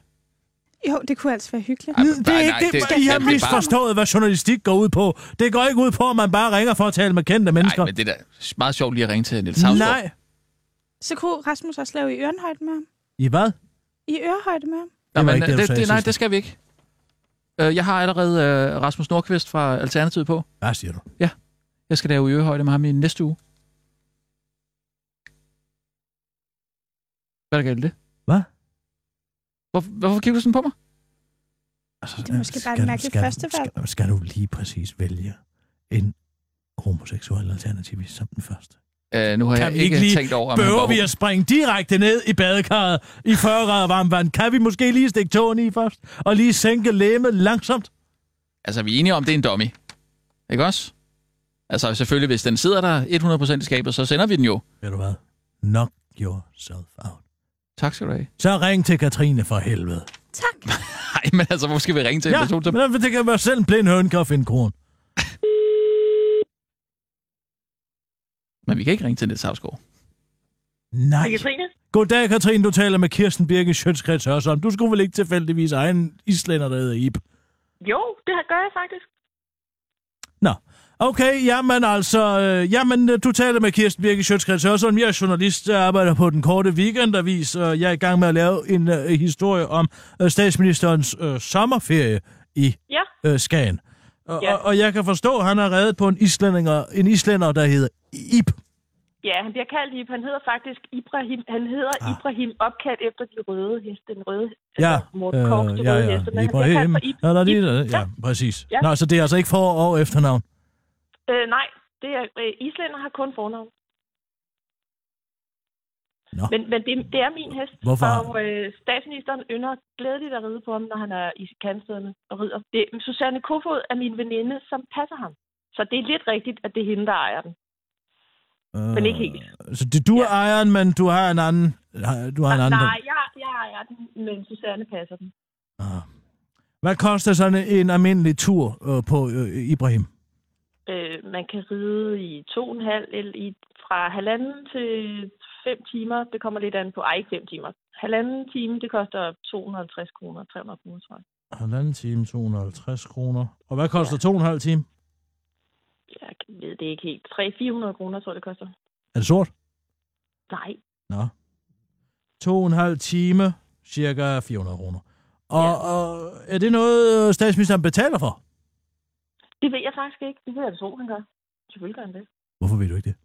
Jo, det kunne altså være hyggeligt.
Ej, men
det er
nej,
ikke
nej,
det,
det-
I har
jamen, det er bare-
misforstået, hvad journalistik går ud på. Det går ikke ud på, at man bare ringer for at tale med kendte mennesker.
Nej, men det er da meget sjovt lige at ringe til Niels Havsgaard.
Nej,
Så kunne Rasmus også lave i ørenhøjde med ham.
i hvad?
I ørehøjde med ham.
Nej,
Det var
men,
ikke det, du
det,
sagde
det, nej,
sidst.
det skal vi ikke. Øh, Jeg har allerede øh, Rasmus Nordqvist fra Alternativet på.
Hvad siger du?
Jeg skal lave øhøjde med ham i næste uge. Hvad er der galt i det?
Hvad?
Hvorfor, hvorfor kigger du sådan på mig?
Altså,
Det er måske bare et
du-
mærkeligt
du-
førstevalg.
Skal, skal du lige præcis vælge en homoseksuel alternativist som den første?
Øh, nu har
Kan
jeg
vi ikke
ikke
lige
tænkt over, om han
Behøver
var
vi at springe direkte ned i badekarret i 40 grader varmt vand? Kan vi måske lige stikke tåen i først? Og lige sænke læmet langsomt?
Altså, er vi enige om, det er en dummy? Ikke også? Altså, selvfølgelig, hvis den sidder der 100% i skabet, så sender vi den jo.
Ved du hvad? Knock yourself out.
Tak skal du have.
Så ring til Katrine for helvede.
Tak.
Nej, men altså, hvorfor skal vi ringe til en
Ja,
person, som...
men det kan være selv en blind høn kan finde kron.
Men vi kan ikke ringe til Niels Havsgaard.
Nej.
Hej, Katrine.
Goddag, Katrine. Du taler med Kirsten Birke Sjøtskrets Hørsholm. Du skulle vel ikke tilfældigvis egen islænder, der hedder Ib?
Jo, det gør jeg faktisk.
Nå. Okay, jamen altså, øh, jamen, øh, du taler med Kirsten Birke Sjøtskrets Hørsholm. Jeg er journalist, jeg arbejder på den korte weekendavis, og jeg er i gang med at lave en øh, historie om øh, statsministerens øh, sommerferie i
Ja.
øh, Skagen. Og,
Ja.
og, og jeg kan forstå, at han har reddet på en islænder, en islænder, der hedder Ib.
Ja, han bliver kaldt Ib. Han hedder faktisk Ibrahim. Han hedder
Ah.
ah. Ibrahim, opkaldt efter de røde heste, den røde,
Ja, øh,
altså Morten Korch, de
ja,
røde
ja.
heste. Men han bliver kaldt
Ibrahim.
for Ib.
Ja, der er lige,
Ib.
der, ja,
Ja.
præcis.
Ja.
Nå, så det er altså ikke for- og efternavn.
Øh, nej, det er, øh, islænder har kun fornavn.
Nå.
Men, men det, det er min hest,
Hvorfor?
og øh, statsministeren ynder glædeligt at ride på ham, når han er i kandstederne og rider. Det, men Susanne Kofod er min veninde, som passer ham. Så det er lidt rigtigt, at det er hende, der ejer den.
Øh,
Men ikke helt.
Så det, du er ejeren, men du har en anden... Du
Altså,
har en anden.
Nej, jeg, jeg ejer den, men Susanne passer den.
Ah. Hvad koster sådan en almindelig tur øh, på øh, Ibrahim?
Øh, man kan ride i to og en halv, eller i, fra halvanden til fem timer. Det kommer lidt an på, ej, ikke fem timer. Halvanden time, det koster 250 kroner, 300 kroner, tror jeg.
Halvanden time, 250 kroner. Og hvad koster ja. to og en halv time?
Jeg ved det ikke helt. 300-400 kroner, tror jeg, det koster.
Er det sort?
Nej,
Nå. To og en halv time, cirka 400 kroner. Og, ja. og er det noget, øh, statsministeren betaler for?
det ved jeg faktisk ikke. Det ved jeg, at han gør. Selvfølgelig gør han det.
Hvorfor ved du ikke det?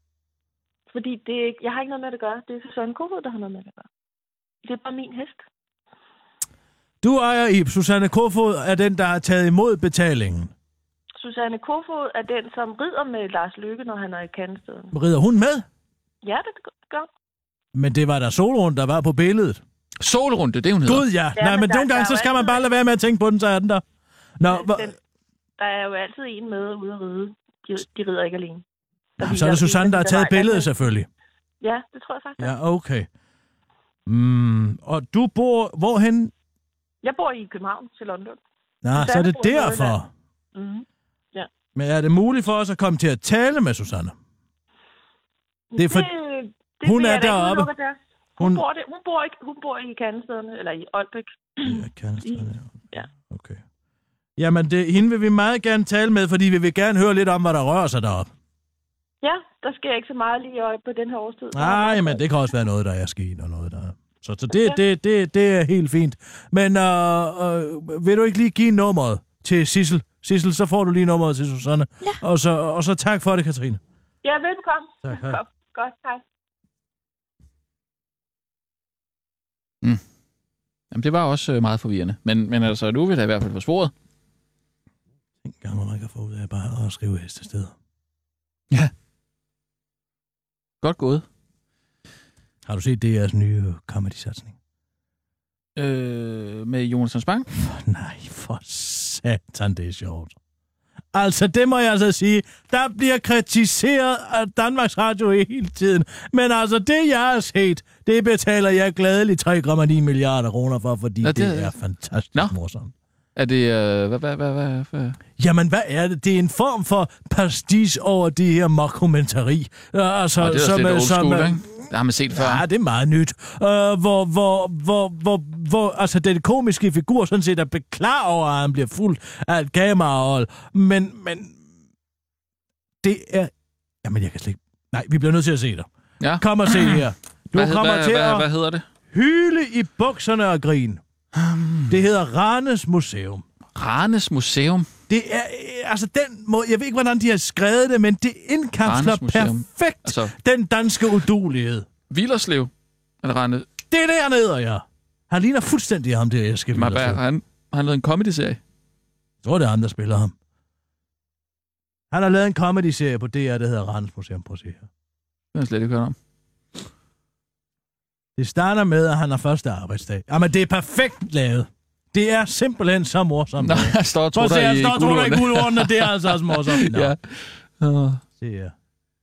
Fordi det er ikke, jeg har ikke noget med det at gøre. Det er Susanne Kofod, der har noget med det at gøre. Det er bare min hest.
Du ejer Ib. Susanne Kofod er den, der har taget imod betalingen.
Susanne Kofod er den, som rider med Lars Lykke, når han er i kandstedet.
Rider hun med?
Ja, det gør hun.
Men det var der soloen, der var på billedet.
Solrunde, det hun hedder.
Gud ja. ja
Ja,
Nej,
men
men
der-
nogle gange,
der er
så
jo
skal man
altid-
bare lade være med at tænke på den, så er den der. Nå, hvor...
Den, der er jo altid en med ude at ride. De, de rider ikke alene.
Nå,
Der hviler
så er
en,
det Susanne, der har taget
vej.
billedet selvfølgelig.
Ja, det tror jeg faktisk. Ja.
Ja, okay. Mm, og du bor hvorhen?
Jeg bor i København til London.
Nå, så er det
bor i
derfor.
Nordjylland. Mm.
Men er det muligt for os at komme til at tale med Susanne? Det er for-
det,
hun
vil
er
jeg da ikke
deroppe.
udelukke, at det er. Hun,
Hun-
hun, bor det, hun, bor ikke, hun bor i Kandestederne, eller i Aalbæk.
Ja, kan
Ja.
Okay. Jamen, det, hende vil vi meget gerne tale med, fordi vi vil gerne høre lidt om, hvad der rører sig deroppe.
Ja, der sker ikke så meget lige i øje- på den her årstid.
Nej, men det kan også være noget, der er sket, og noget, der er... Så, så det, det, det, det er helt fint. Men øh, øh, vil du ikke lige give nummeret til Sissel? Sissel, så får du lige nummeret til Susanne. Ja. Og, så, og så tak for det, Katrine.
Ja, velbekomme.
Tak, hej.
Godt, Godt, hej.
Jamen, det var også øh, meget forvirrende. Men, men altså, nu er vi da i hvert fald på sporet.
En gang, hvor man kan få ud af bare at skrive hestesteder.
Godt gået.
Har du set DR's nye øh, comedy-satsning?
Øh, med Jonas Hans Bang.
Nej, for satan, det er sjovt. Altså, det må jeg altså sige. Der bliver kritiseret af Danmarks Radio hele tiden. Men altså, det jeg har set, det betaler jeg glædeligt 3,9 milliarder kroner for, fordi
Nå,
Nå,
det
det,
er-
det er fantastisk
Nå.
Nå. morsomt.
Er det... Øh, hvad, hvad, hvad, hvad, hvad?
Jamen, hvad er det? Det er en form for pastis over det her mockumentari. Øh, Altså,
Og det er også lidt
øh,
old school,
øh,
ikke? Det har man set før.
Ja, Ah, det er meget nyt. Øh, hvor, hvor, hvor, hvor, hvor, altså, den komiske figur sådan set er beklar over, at han bliver fuld af et kamerahold. Men, men, det er... Jamen, jeg kan slet ikke... Nej, vi bliver nødt til at se dig.
Ja.
Kom og se det her. Du
hvad,
kommer
hvad,
til
hvad,
at
hvad hedder det?
hyle i bukserne og grine.
Hmm.
Det hedder Randes Museum.
Ranes Museum.
Det er, øh, altså den måde, jeg ved ikke, hvordan de har skrevet det, men det indkapsler
Randes Museum.
perfekt
Altså-
altså... den danske udulighed.
Villerslev. Eller Rane...
Det er dernede, ja. Han ligner fuldstændig ham, det Eske
Man,
Wilderslev.
har han, har han lavet en comedy-serie?
Jeg tror, det er ham, der spiller ham. Han har lavet en comedy-serie på DR, der hedder Randers Museum. Prøv at se her.
Det har jeg slet ikke hørt om.
Det starter med, at han har første arbejdsdag. Jamen, det er perfekt lavet. Det er simpelthen så morsomt.
Nå, jeg står og
Prøv
tror
at se,
der
han
i
står og tror, der er
guldordene.
guldordene. Det er altså også morsomt. Nå,
Ja.
ja.
Uh,
se her.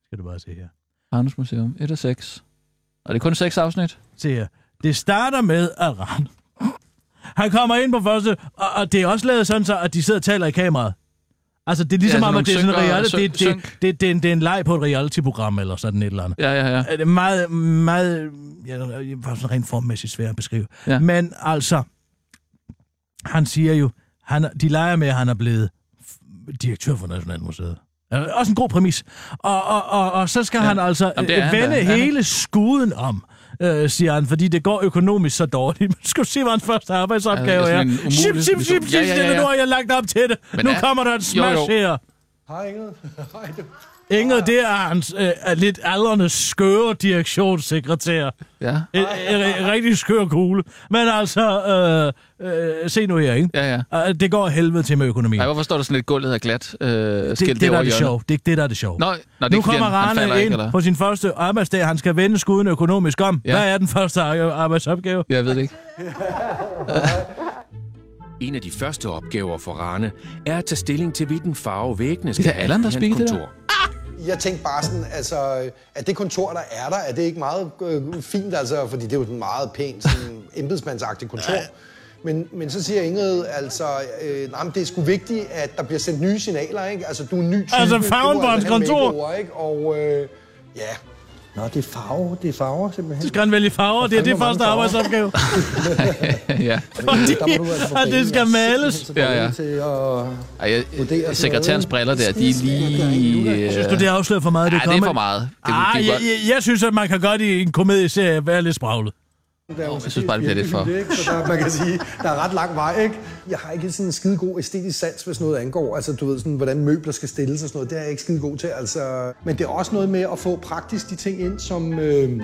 Skal du bare se her.
Randers Museum. 1 og 6. Og det er kun seks afsnit.
Se her. Det starter med at Rand. Han kommer ind på første, og, og det er også lavet sådan, så, at de sidder og taler i kameraet. Altså, det er ligesom
Ja,
ja, om,
sådan
at det er sådan
nogle
en reality.
synker-
Det, det,
synk-
det, det, det, er en- det, er en leg på et reality-program, eller sådan et eller andet.
Ja, ja, ja.
er det meget, meget, ja, det var sådan rent formmæssigt svært at beskrive.
Ja.
Ja. Men altså, han siger jo, han, de leger med, at han er blevet f- direktør for Nationalmuseet. Øh, Også en god præmis. Og, og, og, og så skal
Ja.
ja. han altså Jamen,
Jamen, det er han
vende
da. Er han
hele skuden om, øh, siger han, fordi det går økonomisk så dårligt. Man skal jo se, hvad hans første arbejdsopgave
Ja, det er
er.
sådan en
Ship,
umulig
ship, ship,
mission.
ship,
Ja, ja, ja, ja.
nu har jeg lagt op til det.
Men
nu
er-
kommer der et smash
jo.
her.
Hej Inget. Hej du.
Inger, det er hans øh, er lidt aldrende skøre direktionssekretær.
Ja,
En, en, en rigtig skør kugle. Men altså, øh, øh, se nu her, ikke?
ja, ja.
Ja. Det går af helvede til med økonomien.
Ej, hvorfor står der sådan lidt gulvet af glat øh, det,
det, det,
skilt
der er
over i
det
hjørnet?
sjov. Det er ikke det, der er det sjov.
Nå, nå, det er
nu
ikke, fordi
kommer
han- han
Rane
falder
ind
ikke, eller?
på sin første arbejdsdag. Han skal vende skuden økonomisk om.
Ja.
Ja. Hvad er den første ar- arbejdsopgave?
Ja, Jeg ved det ikke.
En af de første opgaver for Rane er at tage stilling til, hvilken farve væggene skal
da
have
Allan, der
i hans
spiller det
kontor.
Jeg tænkte bare sådan, altså, øh, at det kontor, der er der, er det ikke meget øh, fint, altså, fordi det er jo sådan meget pænt, sådan embedsmandsagtigt kontor. Men, men så siger Ingrid, altså, øh, nej, men det er sgu vigtigt, at der bliver sendt nye signaler, ikke? Altså, du er en ny type.
Altså,
du må
Favnbånds
have en
kontor.
makeover, Ikke? Og øh, ja,
Nå, det er farve, det er farver simpelthen.
Så skal han vælge farver, det er det
Fandme
første
mange
arbejdsopgave.
ja.
Fordi
altså
at det skal males.
Ja, ja. Ej, jeg, jeg, sekretærens briller der, de er lige...
Synes du, det er afsløret for meget?
det, Ej, det er
comedy?
for meget. Det, kunne-
Ah,
det,
jeg,
det,
jeg, jeg synes, at man kan godt i en komedieserie være lidt spraglet.
jeg synes bare, det bliver lidt for...
virkelig vildt, ikke? Så der, man kan sige, der er ret lang vej, ikke? Jeg har ikke sådan en skide god æstetisk sans, hvis noget angår. Altså, du ved sådan, hvordan møbler skal stilles og sådan noget. Det er jeg ikke skide god til, altså. Men det er også noget med at få praktisk de ting ind, som, øh,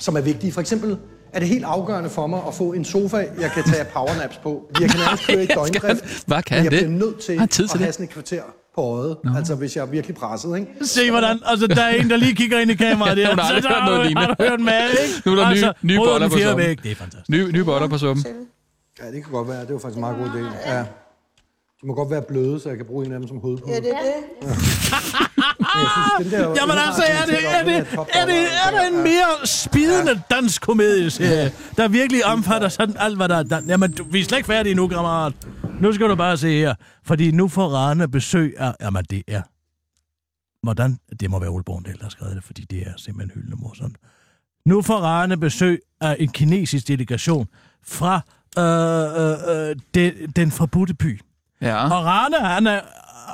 som er vigtige. For eksempel er det helt afgørende for mig at få en sofa, jeg kan tage powernaps på. Jeg kan nærmest køre i
Jeg skal-
døgndrift.
Hvad kan
men jeg
det?
bliver nødt til
Har han tid til
at have
det?
sådan et kvarter på øjet. Altså, hvis jeg er virkelig presset, ikke?
Se hvordan, altså der er en, der lige kigger ind i kameraet der.
Hun har aldrig
Så der
hørt noget
har-
lignende.
Har du hørt med, ikke?
Nu er der
altså,
nye, nye
bryder
boller
den
på
fjerde
summen.
væg. Det er fantastisk.
Nye, nye boller på summen.
Ja, det kan godt være. Det var faktisk en meget god idé. Ja. De må godt være bløde, så jeg kan bruge en af dem som hovedpude.
Ja, det er det.
Den der-
Ah! Jamen altså, er det, er det, er det, er der en mere spidende dansk komedieserie, der virkelig omfatter sådan alt, hvad der er dansk? Jamen, du, vi er slet ikke færdige nu, kammerat. Nu skal du bare se her, fordi nu får Rane besøg af... Jamen, det er... Hvordan? Det må være Ole Borndal, der har skrevet det, fordi det er simpelthen hyldende morsomt. Nu får Rane besøg af en kinesisk delegation fra øh, øh, øh, de, den forbudte by.
Ja.
Og Rane, han er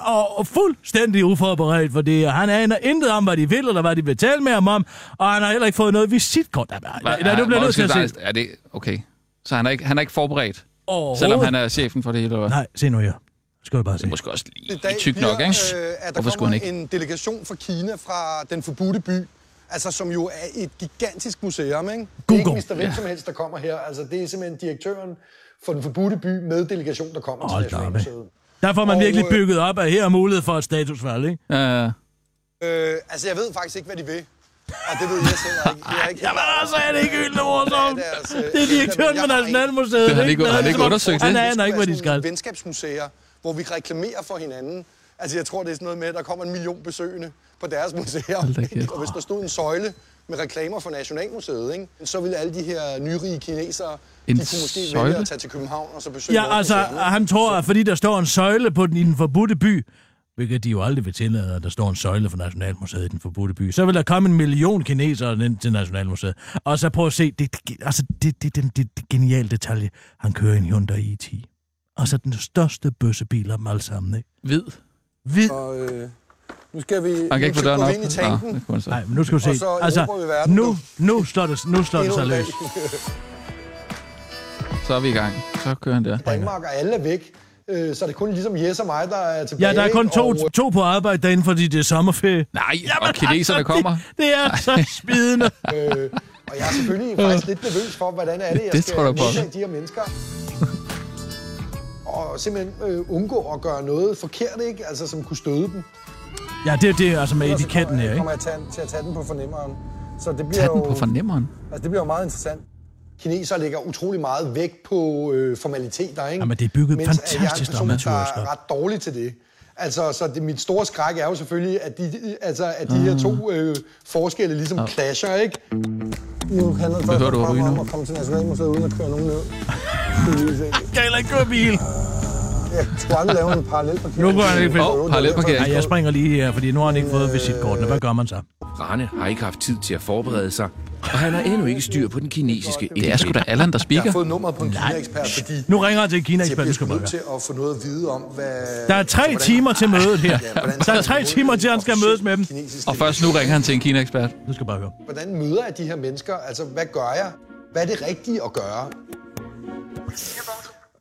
og og fuldstændig uforberedt, fordi han aner intet om, hvad de vil, eller hvad de vil tale med ham om, og han har heller ikke fået noget visitkort. Nej, nej, nej, du bliver nødt til at se.
Er det... Okay. Så han er ikke, han er ikke forberedt,
Overhovedet.
selvom han er chefen for det hele? Eller?
Nej, se nu her. Skal du bare se. Det er
måske også lige
I dag
tyk nok, ikke?
øh, at der
Hvorfor skulle
kommer
han ikke?
en delegation fra Kina, fra den forbudte by, altså som jo er et gigantisk museum, ikke? Google. Det er ikke Mr. Hvem
Ja.
som helst, der kommer her. Altså, det er simpelthen direktøren for den forbudte by med delegation, der kommer
Hold
til
da op,
Nationalmuseet.
Der får man
Og,
virkelig
øh,
bygget op, at her er mulighed for et statusvalg, ikke?
Ja, ja.
Øh, altså, jeg ved faktisk ikke, hvad de vil. Og det ved jeg selv ikke. Jeg er ikke Jamen
altså, er det ikke hyldende morsomt?
altså-
Det er direktøren for Nationalmuseet,
Det har han ikke- han har ikke
som om,
undersøgt
Han
det.
aner ikke, hvad de skal.
venskabsmuseer, hvor vi reklamerer for hinanden. Altså, jeg tror, det er sådan noget med, at der kommer en million besøgende på deres museer.
kæft.
Og hvis der stod en søjle med reklamer for Nationalmuseet, ikke? så ville alle de her nyrige kinesere,
En
de kunne måske vælge
søjle?
at tage til København og så besøge vores
Ja, altså,
museer, ikke?
han tror, at fordi der står en søjle på den, i den forbudte by, hvilket de jo aldrig vil tillade, at der står en søjle for Nationalmuseet i den forbudte by, så vil der komme en million kinesere ind til Nationalmuseet. Og så prøv at se, det, det, altså, det, det, det, det, det geniale detalje. Han kører en Hyundai i10. Og så den største bøssebil af dem alle sammen, ikke?
Hvid.
Hvid.
Og, øh, nu skal vi
kan ikke
nu
få
skal vi
døren
gå
op.
ind i
Nå,
tanken.
det kunne han så.
Nej, men nu skal du se.
Og så erobrer
Altså,
vi verden,
nu, nu slår det, nu slår det sig løs.
Så er vi i gang. Så kører han der.
Danmark, og alle er væk. Øh, så er det kun ligesom Jes og mig, der er tilbage.
Ja, der er kun
ikke?
to,
Og, øh,
to på arbejde derinde, fordi det er sommerferie.
Nej,
Jamen,
og kineserne
altså,
kommer.
Det, det er så spidende.
øh, og jeg er selvfølgelig faktisk lidt nervøs for, hvordan er det, jeg
Det
skal
tror jeg på.
modtage de her mennesker. Og simpelthen øh, undgå at gøre noget forkert, ikke? Altså, som kunne støde dem.
Ja, det er det, altså med etiketten her,
Jeg
ikke?
kommer jeg tage, til at tage den på fornemmeren. Så det bliver
Tag den
jo,
på fornemmeren.
Altså, det bliver jo meget interessant. Kinesere lægger utrolig meget vægt på øh, formaliteter, ikke?
Jamen, det er bygget
Mens, at
fantastisk
Jeg er en person, der
dramaturgisk op.
er ret dårlig til det. Altså, så det, mit store skræk er jo selvfølgelig, at de, altså, at de her
Mm.
to øh, forskelle ligesom clasher, ikke? Nu handler det
Hvad
først
hører
og
du,
fremmest om
Ryno?
at komme til Nationalmuseet uden at køre nogen ned.
Kan heller ikke køre bil.
Jeg tror aldrig, lave en parallelparkering.
Nu går han ikke
Åh, parallelparkering.
Nej, jeg springer lige her, fordi nu har han ikke fået visitkortene. Hvad gør man så?
Rane har ikke haft tid til at forberede sig, og han har endnu ikke styr på den kinesiske
Det er sgu da Allan,
Jeg har
der speaker.
fået nummeret på en kinaekspert, fordi
Nu ringer han til Kina
jeg
eksperten,
bliver
skal
sgu
man
nødt til at få noget at vide om, hvad...
Der er tre
hvordan-
timer til mødet her.
Ja, hvordan
Der er
tager
tre
man
timer til, han skal mødes med dem.
kinesisk
Og først nu ringer han til en Kina-ekspert.
Nu skal jeg bare høre.
Hvordan møder jeg de her mennesker? Altså, hvad gør jeg? Hvad er det rigtige at gøre?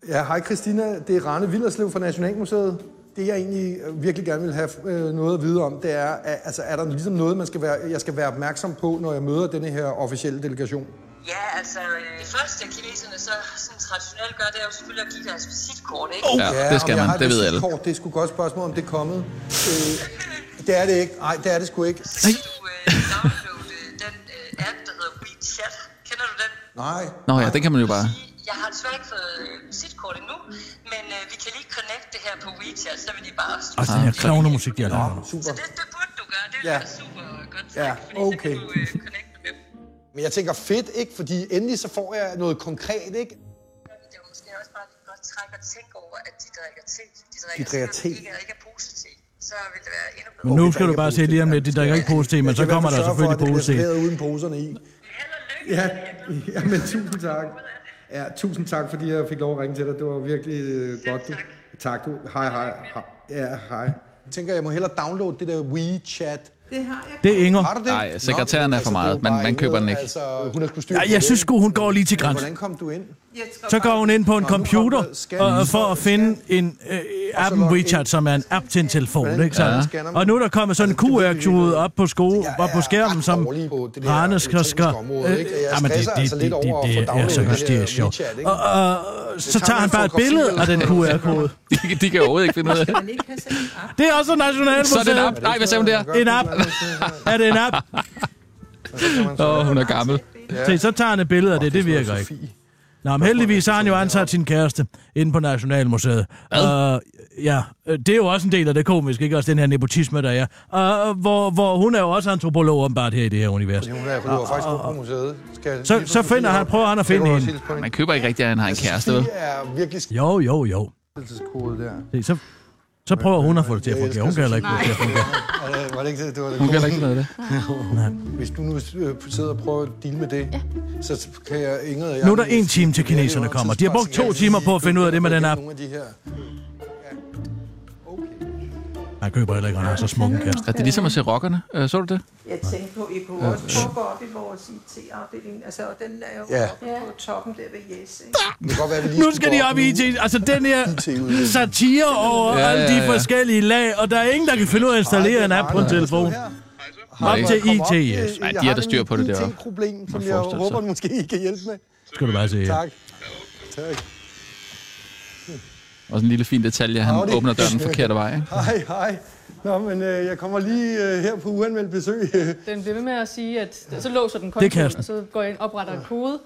Ja, hej Christina. Det er Rane Villerslev fra Nationalmuseet. Det, jeg egentlig øh, virkelig gerne vil have øh, noget at vide om, det er, at, altså, er der ligesom noget, man skal være, jeg skal være opmærksom på, når jeg møder denne her officielle delegation?
Ja, altså, øh, det første kineserne så sådan traditionelt gør, det er jo selvfølgelig at give deres visitkort, ikke?
Ja, det skal
om jeg
man.
har et
Det ved alle.
visitkort, Det er sgu godt spørgsmål, om det er kommet. Øh, det er det ikke. Nej, det er det sgu ikke.
Downloade øh, den øh, app, der hedder WeChat. Kender du den?
Nej.
Nå ja, det kan man jo bare.
Jeg har desværre ikke fået øh, visitkort endnu, men øh, vi kan lige connecte det her på WeChat, så vil de bare også...
Altså, den her klovnemusik, de har lavet.
Ah, Super.
Det, det burde du gøre, det det ville
Ja.
ja. være super godt,
Ja,
tak, fordi
okay.
så kan du øh, connecte med dem.
Men jeg tænker fedt, ikke? Fordi endelig så får jeg noget konkret, ikke?
Det er jo måske også bare et godt træk at tænke over, at de drikker te. De
drikker te.
Ikke, ikke er posete. Så vil det være endnu
Men nu skal du bare se lige om lidt, de drikker ikke pose til, men så kommer der selvfølgelig pose
Jeg
til.
kan uden poserne i. Ja, ja, men tusind tak. Ja, tusind tak, fordi jeg fik lov at ringe til dig. Det var virkelig øh, godt. Tak. tak du. Hej, hej. hej. Ja, hej. Jeg tænker, jeg må hellere downloade det der WeChat.
Det har jeg.
Det er Inger.
Har du det?
Nej, sekretæren er for meget. Man, man køber den ikke.
Altså, hun er skulle styre
Ja,
på
jeg
det,
synes
ikke?
sgu, hun går lige til
Men
grænsen.
Hvordan kom du ind?
Så går hun ind på en computer og, for at finde en øh, appen WeChat, som er en app til en telefon. Ikke, så?
Ja. Altså,
Og nu er der kommet sådan en QR-kode op på, sko, op på skærmen, som Rane skal... skal
område,
øh,
ikke? Jeg
jamen, det,
stresser
det,
altså
det,
lidt
det,
over at
det
få
er
downloadet
så
det her
hysterisk jo.
WeChat, ikke?
Og, og, så tager
tager
han
man
bare et
fotografi
billede
eller
af den
sådan noget.
QR-kode.
De, kan- de kan overhovedet ikke finde ud af det.
Det er også nationalt.
Så er det en app. Nej, hvad sagde hun der?
En app. Er det en app?
Åh, hun er gammel.
Se, så tager han et billede af det. Det virker ikke. Nå, men heldigvis har han jo ansat sin kæreste inde på Nationalmuseet. Uh, ja, øh, det er jo også en del af det komiske, ikke? Også den her nepotisme, der er. Uh, hvor, hvor hun er jo også antropolog åbenbart her i det her univers.
Hun er, hun var faktisk på museet. Skal
Så, så finder han, prøver han at finde hende.
Man køber ikke rigtig, at han har en
Altså,
kæreste, vel?
er virkelig
Jo, jo, jo.
skidelseskode der.
Se, så, så prøver hun at få det til at fungere. Hun kan heller ikke få det til at fungere.
Var det- Var det ikke det, det var det
Hun kan
gode?
ikke noget af
Hvis du nu øh, sidder og prøver at deale med det, så kan jeg Ingrid og jeg...
Nu er der en time til kineserne kommer. De har brugt to timer på at finde ud af det med den app.
Nogle af de her...
Han køber heller ikke, han har så smuk en kæreste.
Er det ligesom at se rockerne? Øh, så du det?
Jeg tænkte på, I kunne også prøve at gå op i vores IT-afdeling. Altså, og den er jo
Ja.
ja. oppe på toppen der ved Yes, ikke?
Det kan godt være, vi lige
Nu skal de op i IT. Altså den her satire over
Ja, ja,
alle de
ja.
forskellige lag, og der er ingen, der kan finde ud af at installere en app på en telefon. Op til IT, yes.
Nej, de har da styr på det derovre.
IT-problem, som
Man
jeg
forestiller sig.
håber, du måske I kan hjælpe med.
Skal du bare se her.
Tak. Tak.
Og sådan en lille fin detalje, han
Howdy.
åbner døren den forkerte vej. Ikke?
Hej, hej. Nå, men øh, jeg kommer lige øh, her på uanmeldt besøg.
Den bliver ved med at sige, at så låser den
Det kan jeg
kontoen,
sådan.
og så går jeg ind og opretter en kode.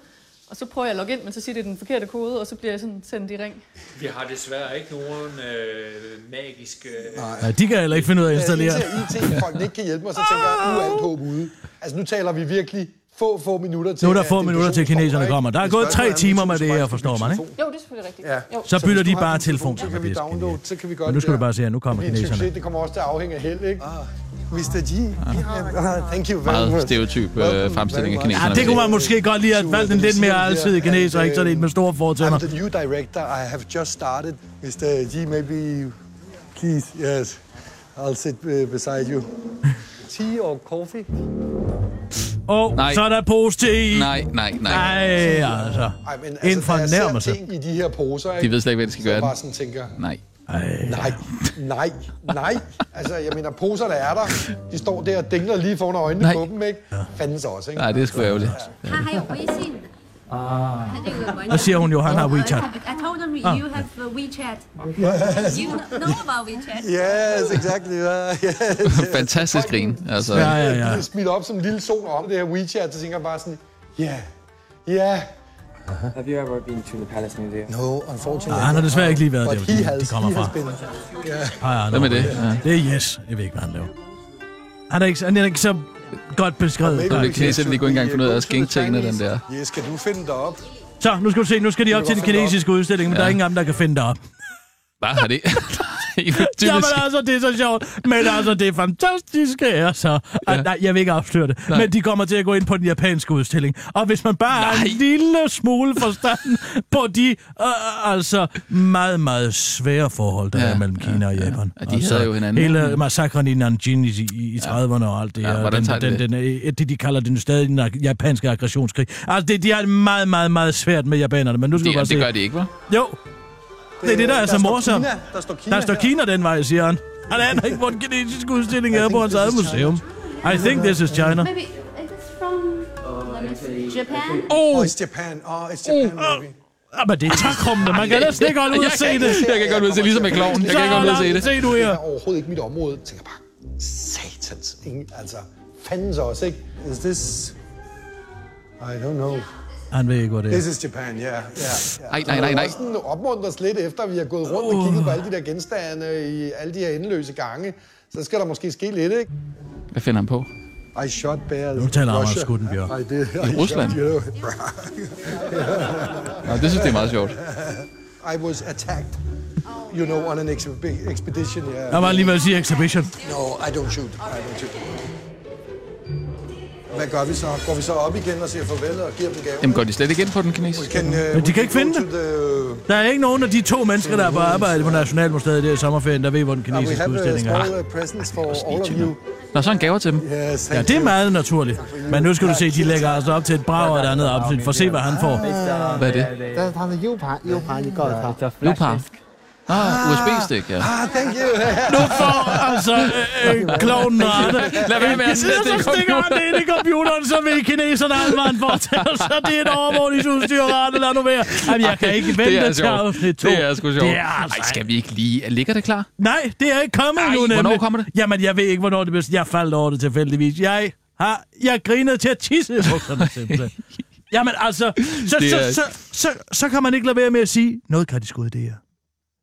Og så prøver jeg at logge ind, men så siger det den forkerte kode, og så bliver jeg sådan sendt i ring.
Vi har desværre ikke nogen øh, magiske... Nej.
Ja, de kan heller ikke finde ud af at installere.
Indtil IT-folk ikke kan hjælpe mig, så tænker jeg, nu er alt håb ude. Altså, nu taler vi virkelig få, få minutter til...
Nu er der
at
få minutter til
diskussionen
kineserne kommer. Der er gået tre timer med det her, forstår man, ikke?
Jo, det er selvfølgelig rigtigt.
Ja.
Jo.
Så bytter
hvis
de
du har
bare
en
telefon, så
så
kan
kan
det
vi
er skinnet.
downloade, så kan vi godt...
Men nu skal
der.
du bare se her, nu kommer
Det bliver en
kineserne.
succes, Det kommer også til at afhænge af held, ikke? Mr. G, yeah, thank you very
Meget
much.
stereotyp øh, fremstilling af kineserne.
Ja, Ah, det kunne man måske godt lige have valgt en lidt mere alsidig kineser, ikke sådan en med store
I'm
fortænder.
the new director. I have just started. Mr. G, maybe please, yes. I'll sit uh, beside you. Tea or coffee?
Og
Nej.
så er der pose til i.
Nej, nej, nej.
Nej, altså.
Ej, men altså,
En
da jeg ser
fornærmelse.
ting i de her poser, ikke?
De ved slet ikke, hvad de skal
Så
gøre
jeg
af
bare
den.
sådan tænker,
Nej.
nej, nej, nej. Altså, jeg mener, poser, der er der, de står der og dingler lige foran øjnene
Nej.
på dem, ikke? Fandens også, ikke?
Nej, det er sgu ærgerligt.
他还有微信，
Ah.
他这个完全。
那谢红有汉他 WeChat
I told him
啊
you have a WeChat.
Yes.
You know about WeChat.
Yes, exactly. Uh, yes.
Fantastisk grin. Altså,
Ja, ja, ja. Smidt op som en lille sol om det her WeChat, så tænker jeg bare sådan, ja, yeah, ja. Yeah.
Have you ever been to the Palace Museum?
No, unfortunately.
Nej, Ah, han har desværre ikke lige været der,
But
hvor
he
de- de
has-
kommer
he has
fra.
been. Yeah.
Ej, ej,
Hvem er
nå,
det?
Det er Yes. Jeg ved ikke, hvad han laver. Han er ikke, han er ikke så godt beskrevet.
Det er kineserne, de kunne ikke engang finde ud af at skænke tingene, den der.
Yes, kan du finde dig op?
Så, nu skal du se, nu skal de op
Du
til
kan
den
godt finde
kinesiske udstilling, men
Ja.
der er ingen anden, der kan finde dig op.
Hvad har det? Typisk.
Jamen altså, det er så sjovt. Men altså, det er fantastisk, altså. Ja. Nej, jeg vil ikke afsløre det. Nej. Men de kommer til at gå ind på den japanske udstilling. Og hvis man bare har en lille smule forstand på de, øh, altså, meget, meget svære forhold, der ja, er mellem Kina ja, og Japan. Ja.
de hader jo hinanden.
Hele massakren i Nanjing i, i, i 30'erne og alt det
Ja,
her.
hvordan
den,
tager de
den,
det?
den, øh, det, de kalder den stadig den japanske aggressionskrig. Altså, det, de har det meget, meget, meget svært med japanerne. Men nu skal
Det,
du bare
det
se.
gør de ikke, hva'?
Jo. Det er det, der er så
står
morsomt.
Kina, Der står Kina.
Der står Kina den vej, siger han. Han aner ikke, hvor den kinesiske udstilling er på hans eget museum. I think this is China.
Maybe it's from let me see, Japan.
Oh, it's Japan. Oh, it's Japan movie.
Ah, men det er takrummende. Man kan næsten ikke holde ud at se det.
Jeg kan ikke holde ud at se, ligesom med kloven. Jeg kan ikke holde ud at se det.
Se nu
Det
her.
er overhovedet ikke mit område. Jeg tænker bare, satans. Ingen, altså, fanden så også, ikke? Is this... I don't know.
Han ved ikke, hvor det
This
er.
is Japan, ja. Yeah, yeah.
Ej, nej, nej, nej.
Sådan opmuntres lidt efter, at vi har gået rundt øh, og kigget på alle de der genstande i alle de her endeløse gange. Så skal der måske ske lidt, ikke?
Hvad finder han på?
I shot bears.
Nu taler
in
Anders
Russia.
Gutenberg.
I did, I
I Rusland?
shot, you know.
Nå, det synes jeg er meget sjovt.
I was attacked, you know, on an exp- expedition. Yeah.
Jeg var lige ved at sige exhibition.
No, I don't shoot. I don't shoot. Hvad gør vi så? Går vi så op igen og siger farvel og giver dem gaven?
Jamen, går de slet ikke ind på den kinesiske?
Can, uh,
Men de kan ikke finde det. Der er ikke nogen af de to mennesker, der er på arbejde på Nationalmuseet der i sommerferien, der ved, hvor den
uh, we
kinesiske
have a
udstilling er.
small uh, presents for all of you.
Nå, så en gaver til dem.
Yes,
Ja,
thank
det er
you.
meget naturligt. Men nu skal du se, de lægger altså op til et brag og et andet afsnit. For at se, hvad han får.
Hvad er det?
但是它是 U 盘，U 盘你告诉他，
Lupar. Ah, USB-stik, ja.
Ah, thank you.
Nu får altså øh, klovnen rette.
Lad være med at sætte det i
Så stikker han det ind i computeren, så ved kineserne alt, hvad han foretager sig. Det er et overvågningsudstyr, rette. Lad nu være. Jamen, jeg kan ikke
det er
vente til
sjovt.
afsnit 2.
Det er sgu sjovt.
Det er altså
Ej, skal vi ikke lige... Ligger det klar?
Nej, det er ikke kommet
Ej,
nu
hvornår
nemlig.
kommer det?
Jamen, jeg ved ikke, hvornår det bliver. Jeg faldt over det tilfældigvis. Jeg har... Jeg grinede til at tisse i bukserne, simpelthen. Jamen, altså... Så,
Det er-
så, så, så, så, så, kan man ikke lade være med at sige, noget kan de sgu det her.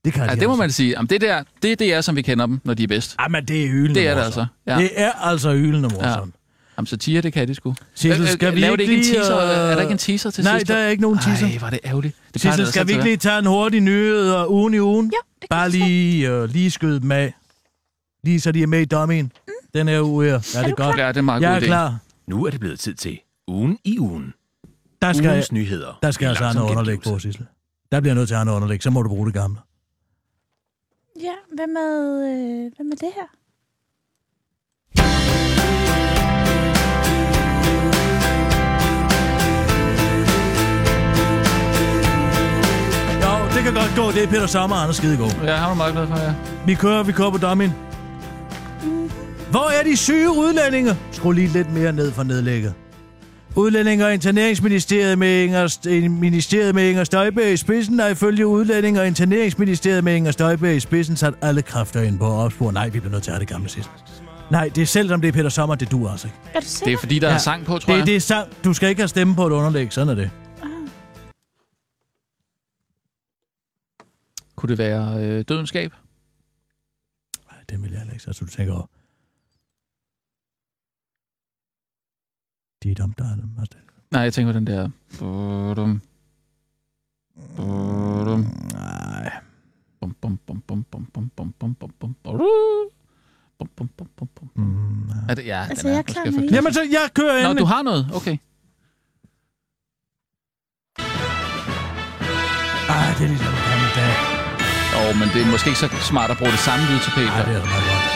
Det kan
Ja,
de
det må
altså.
man sige. Jamen, det, der, det, det er, som vi kender dem, når de er bedst.
Jamen, det er hylende
Det er
morsomt.
det altså. Ja.
Det er altså hylende morsomt.
Jamen, satire, det kan de sgu.
Sissel, skal vi
Laver det
ikke
ikke en
lige,
teaser?
øh,
Er der ikke en teaser til
nej,
sidst?
der er ikke nogen teaser.
Nej, var det ærgerligt. Det plejer
Sissel,
det
skal
altså
vi ikke
at
lige tage en hurtig nyhed og ugen i ugen? Ja, det Bare lige, øh, lige skyde dem af. Lige så de er med i dummien. Mm. Den her uge her. Ja, det er godt.
være. Ja, det er en meget
jeg
god
er
idé.
klar.
Nu er det blevet tid til ugen i ugen.
Der skal,
Ugens
jeg-
nyheder.
der skal
I
altså
langsom
andre underlæg på, Sissel. Der bliver jeg nødt til andre underlæg, så må du bruge det gamle.
Ja, hvad med, øh, hvad med det her?
Jo, det kan godt gå. Det er Peter Sommer og Anders Skidegård.
Ja, han er meget glad for, ja.
Vi kører, vi kører på dommen. Hvor er de syge udlændinge? Skru lige lidt mere ned for nedlægget. Udlændinge og interneringsministeriet med Inger, St- ministeriet med Inger Støjberg i spidsen er ifølge udlændinge og interneringsministeriet med Inger Støjberg i spidsen sat alle kræfter ind på at opspore. Nej, vi bliver nødt til at have det gamle sidst. Nej, det er selvom det er Peter Sommer, det duer altså ikke.
Er du sikker?
Det er fordi, der er sang på, tror
det,
jeg.
Det er sang. Du skal ikke have stemme på et underlæg, sådan er det.
Kunne det være øh, dødenskab?
Nej, det vil jeg heller ikke, så du tænker over. Det er dumt, der er dem. Altså, det-
Nej, jeg tænker på den der... Bum, bum,
Nej.
bum, bum, bum, bum, bum, bum, bum, bum, bum, bum, bum. Bum, bum, bum, bum, bum. Er det, ja,
Altså,
den er,
jeg klarer
måske
den
for-
ikke.
Jamen, så jeg kører
Nå,
endelig.
du har noget? Okay.
Ah, det er ligesom en gammel dag.
Åh, oh, men det er måske ikke så smart at bruge det samme lyd til Peter.
Ej, det er da meget godt.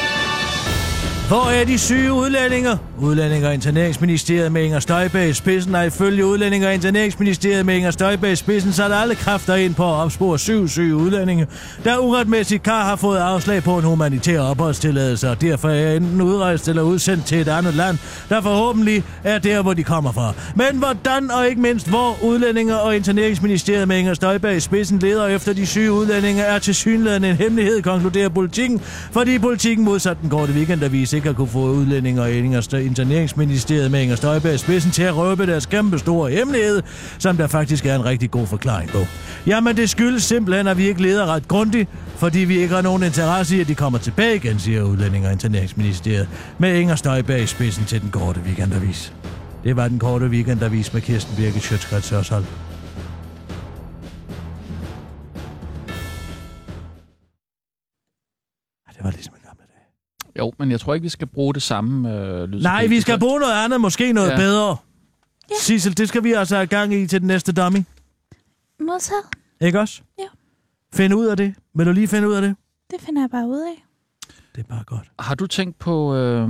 Hvor er de syge udlændinger? Udlændinge og interneringsministeriet med Inger Støjberg i spidsen er ifølge udlændinge og interneringsministeriet med Inger Støjberg i spidsen sat alle kræfter ind på at opspore syv syge udlændinge, der uretmæssigt kar har fået afslag på en humanitær opholdstilladelse, og derfor er enten udrejst eller udsendt til et andet land, der forhåbentlig er der, hvor de kommer fra. Men hvordan og ikke mindst hvor udlændinge og interneringsministeriet med Inger Støjberg i spidsen leder efter de syge udlændinge er til synligheden en hemmelighed, konkluderer politikken, fordi politikken modsat den korte weekendavis ikke har kunne få udlændinge og Inger Stø- interneringsministeriet med Inger Støjberg i spidsen til at røbe deres kæmpe store hemmelighed, som der faktisk er en rigtig god forklaring på. Jamen det skyldes simpelthen, at vi ikke leder ret grundigt, fordi vi ikke har nogen interesse i, at de kommer tilbage igen, siger udlændinge og interneringsministeriet med Inger Støjberg i spidsen til den korte weekendavis. Det var den korte weekendavis med Kirsten Birke Sjøtskrets Hørsholm. Ej, Det var ligesom en gammel dag.
Jo, men jeg tror ikke, vi skal bruge det samme øh, lyd.
Nej, vi skal bruge noget andet, måske noget
Ja.
ja. bedre. Ja. Sissel, det skal vi altså have gang i til den næste dummy.
Modtaget.
Ikke også?
Ja.
Find ud af det. Vil du lige finde ud af det?
Det finder jeg bare ud af.
Det er bare godt.
Har du tænkt på... Øh,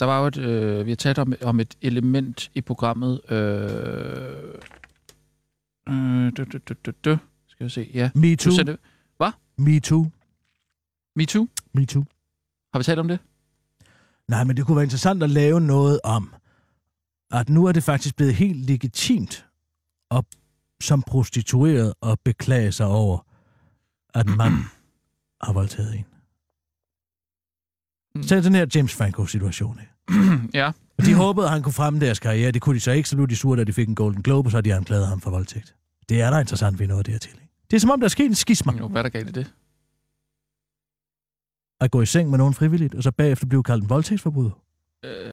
der var jo et... Øh, vi har talt om, om et element i programmet. Øh, øh, dø, dø, dø, dø, dø. Skal vi se. Ja.
Me too.
Du sendte,
Me too.
Me Too.
Me too.
Har vi talt om det?
Nej, men det kunne være interessant at lave noget om, at nu er det faktisk blevet helt legitimt at, som prostitueret at beklage sig over, at man har voldtaget en. Så er den her James Franco-situation her.
Mm, ja.
Og de håbede, at han kunne fremme deres karriere. Det kunne de så ikke, så blev de sure, da de fik en Golden Globe, og så har de anklaget ham for voldtægt. Det er da interessant, vi nåede dertil. Ikke? Det er som om, der er sket en skisma.
Jo, hvad er der galt i det?
At gå i seng med nogen frivilligt, og så bagefter blive kaldt en voldtægtsforbryder.
Øh,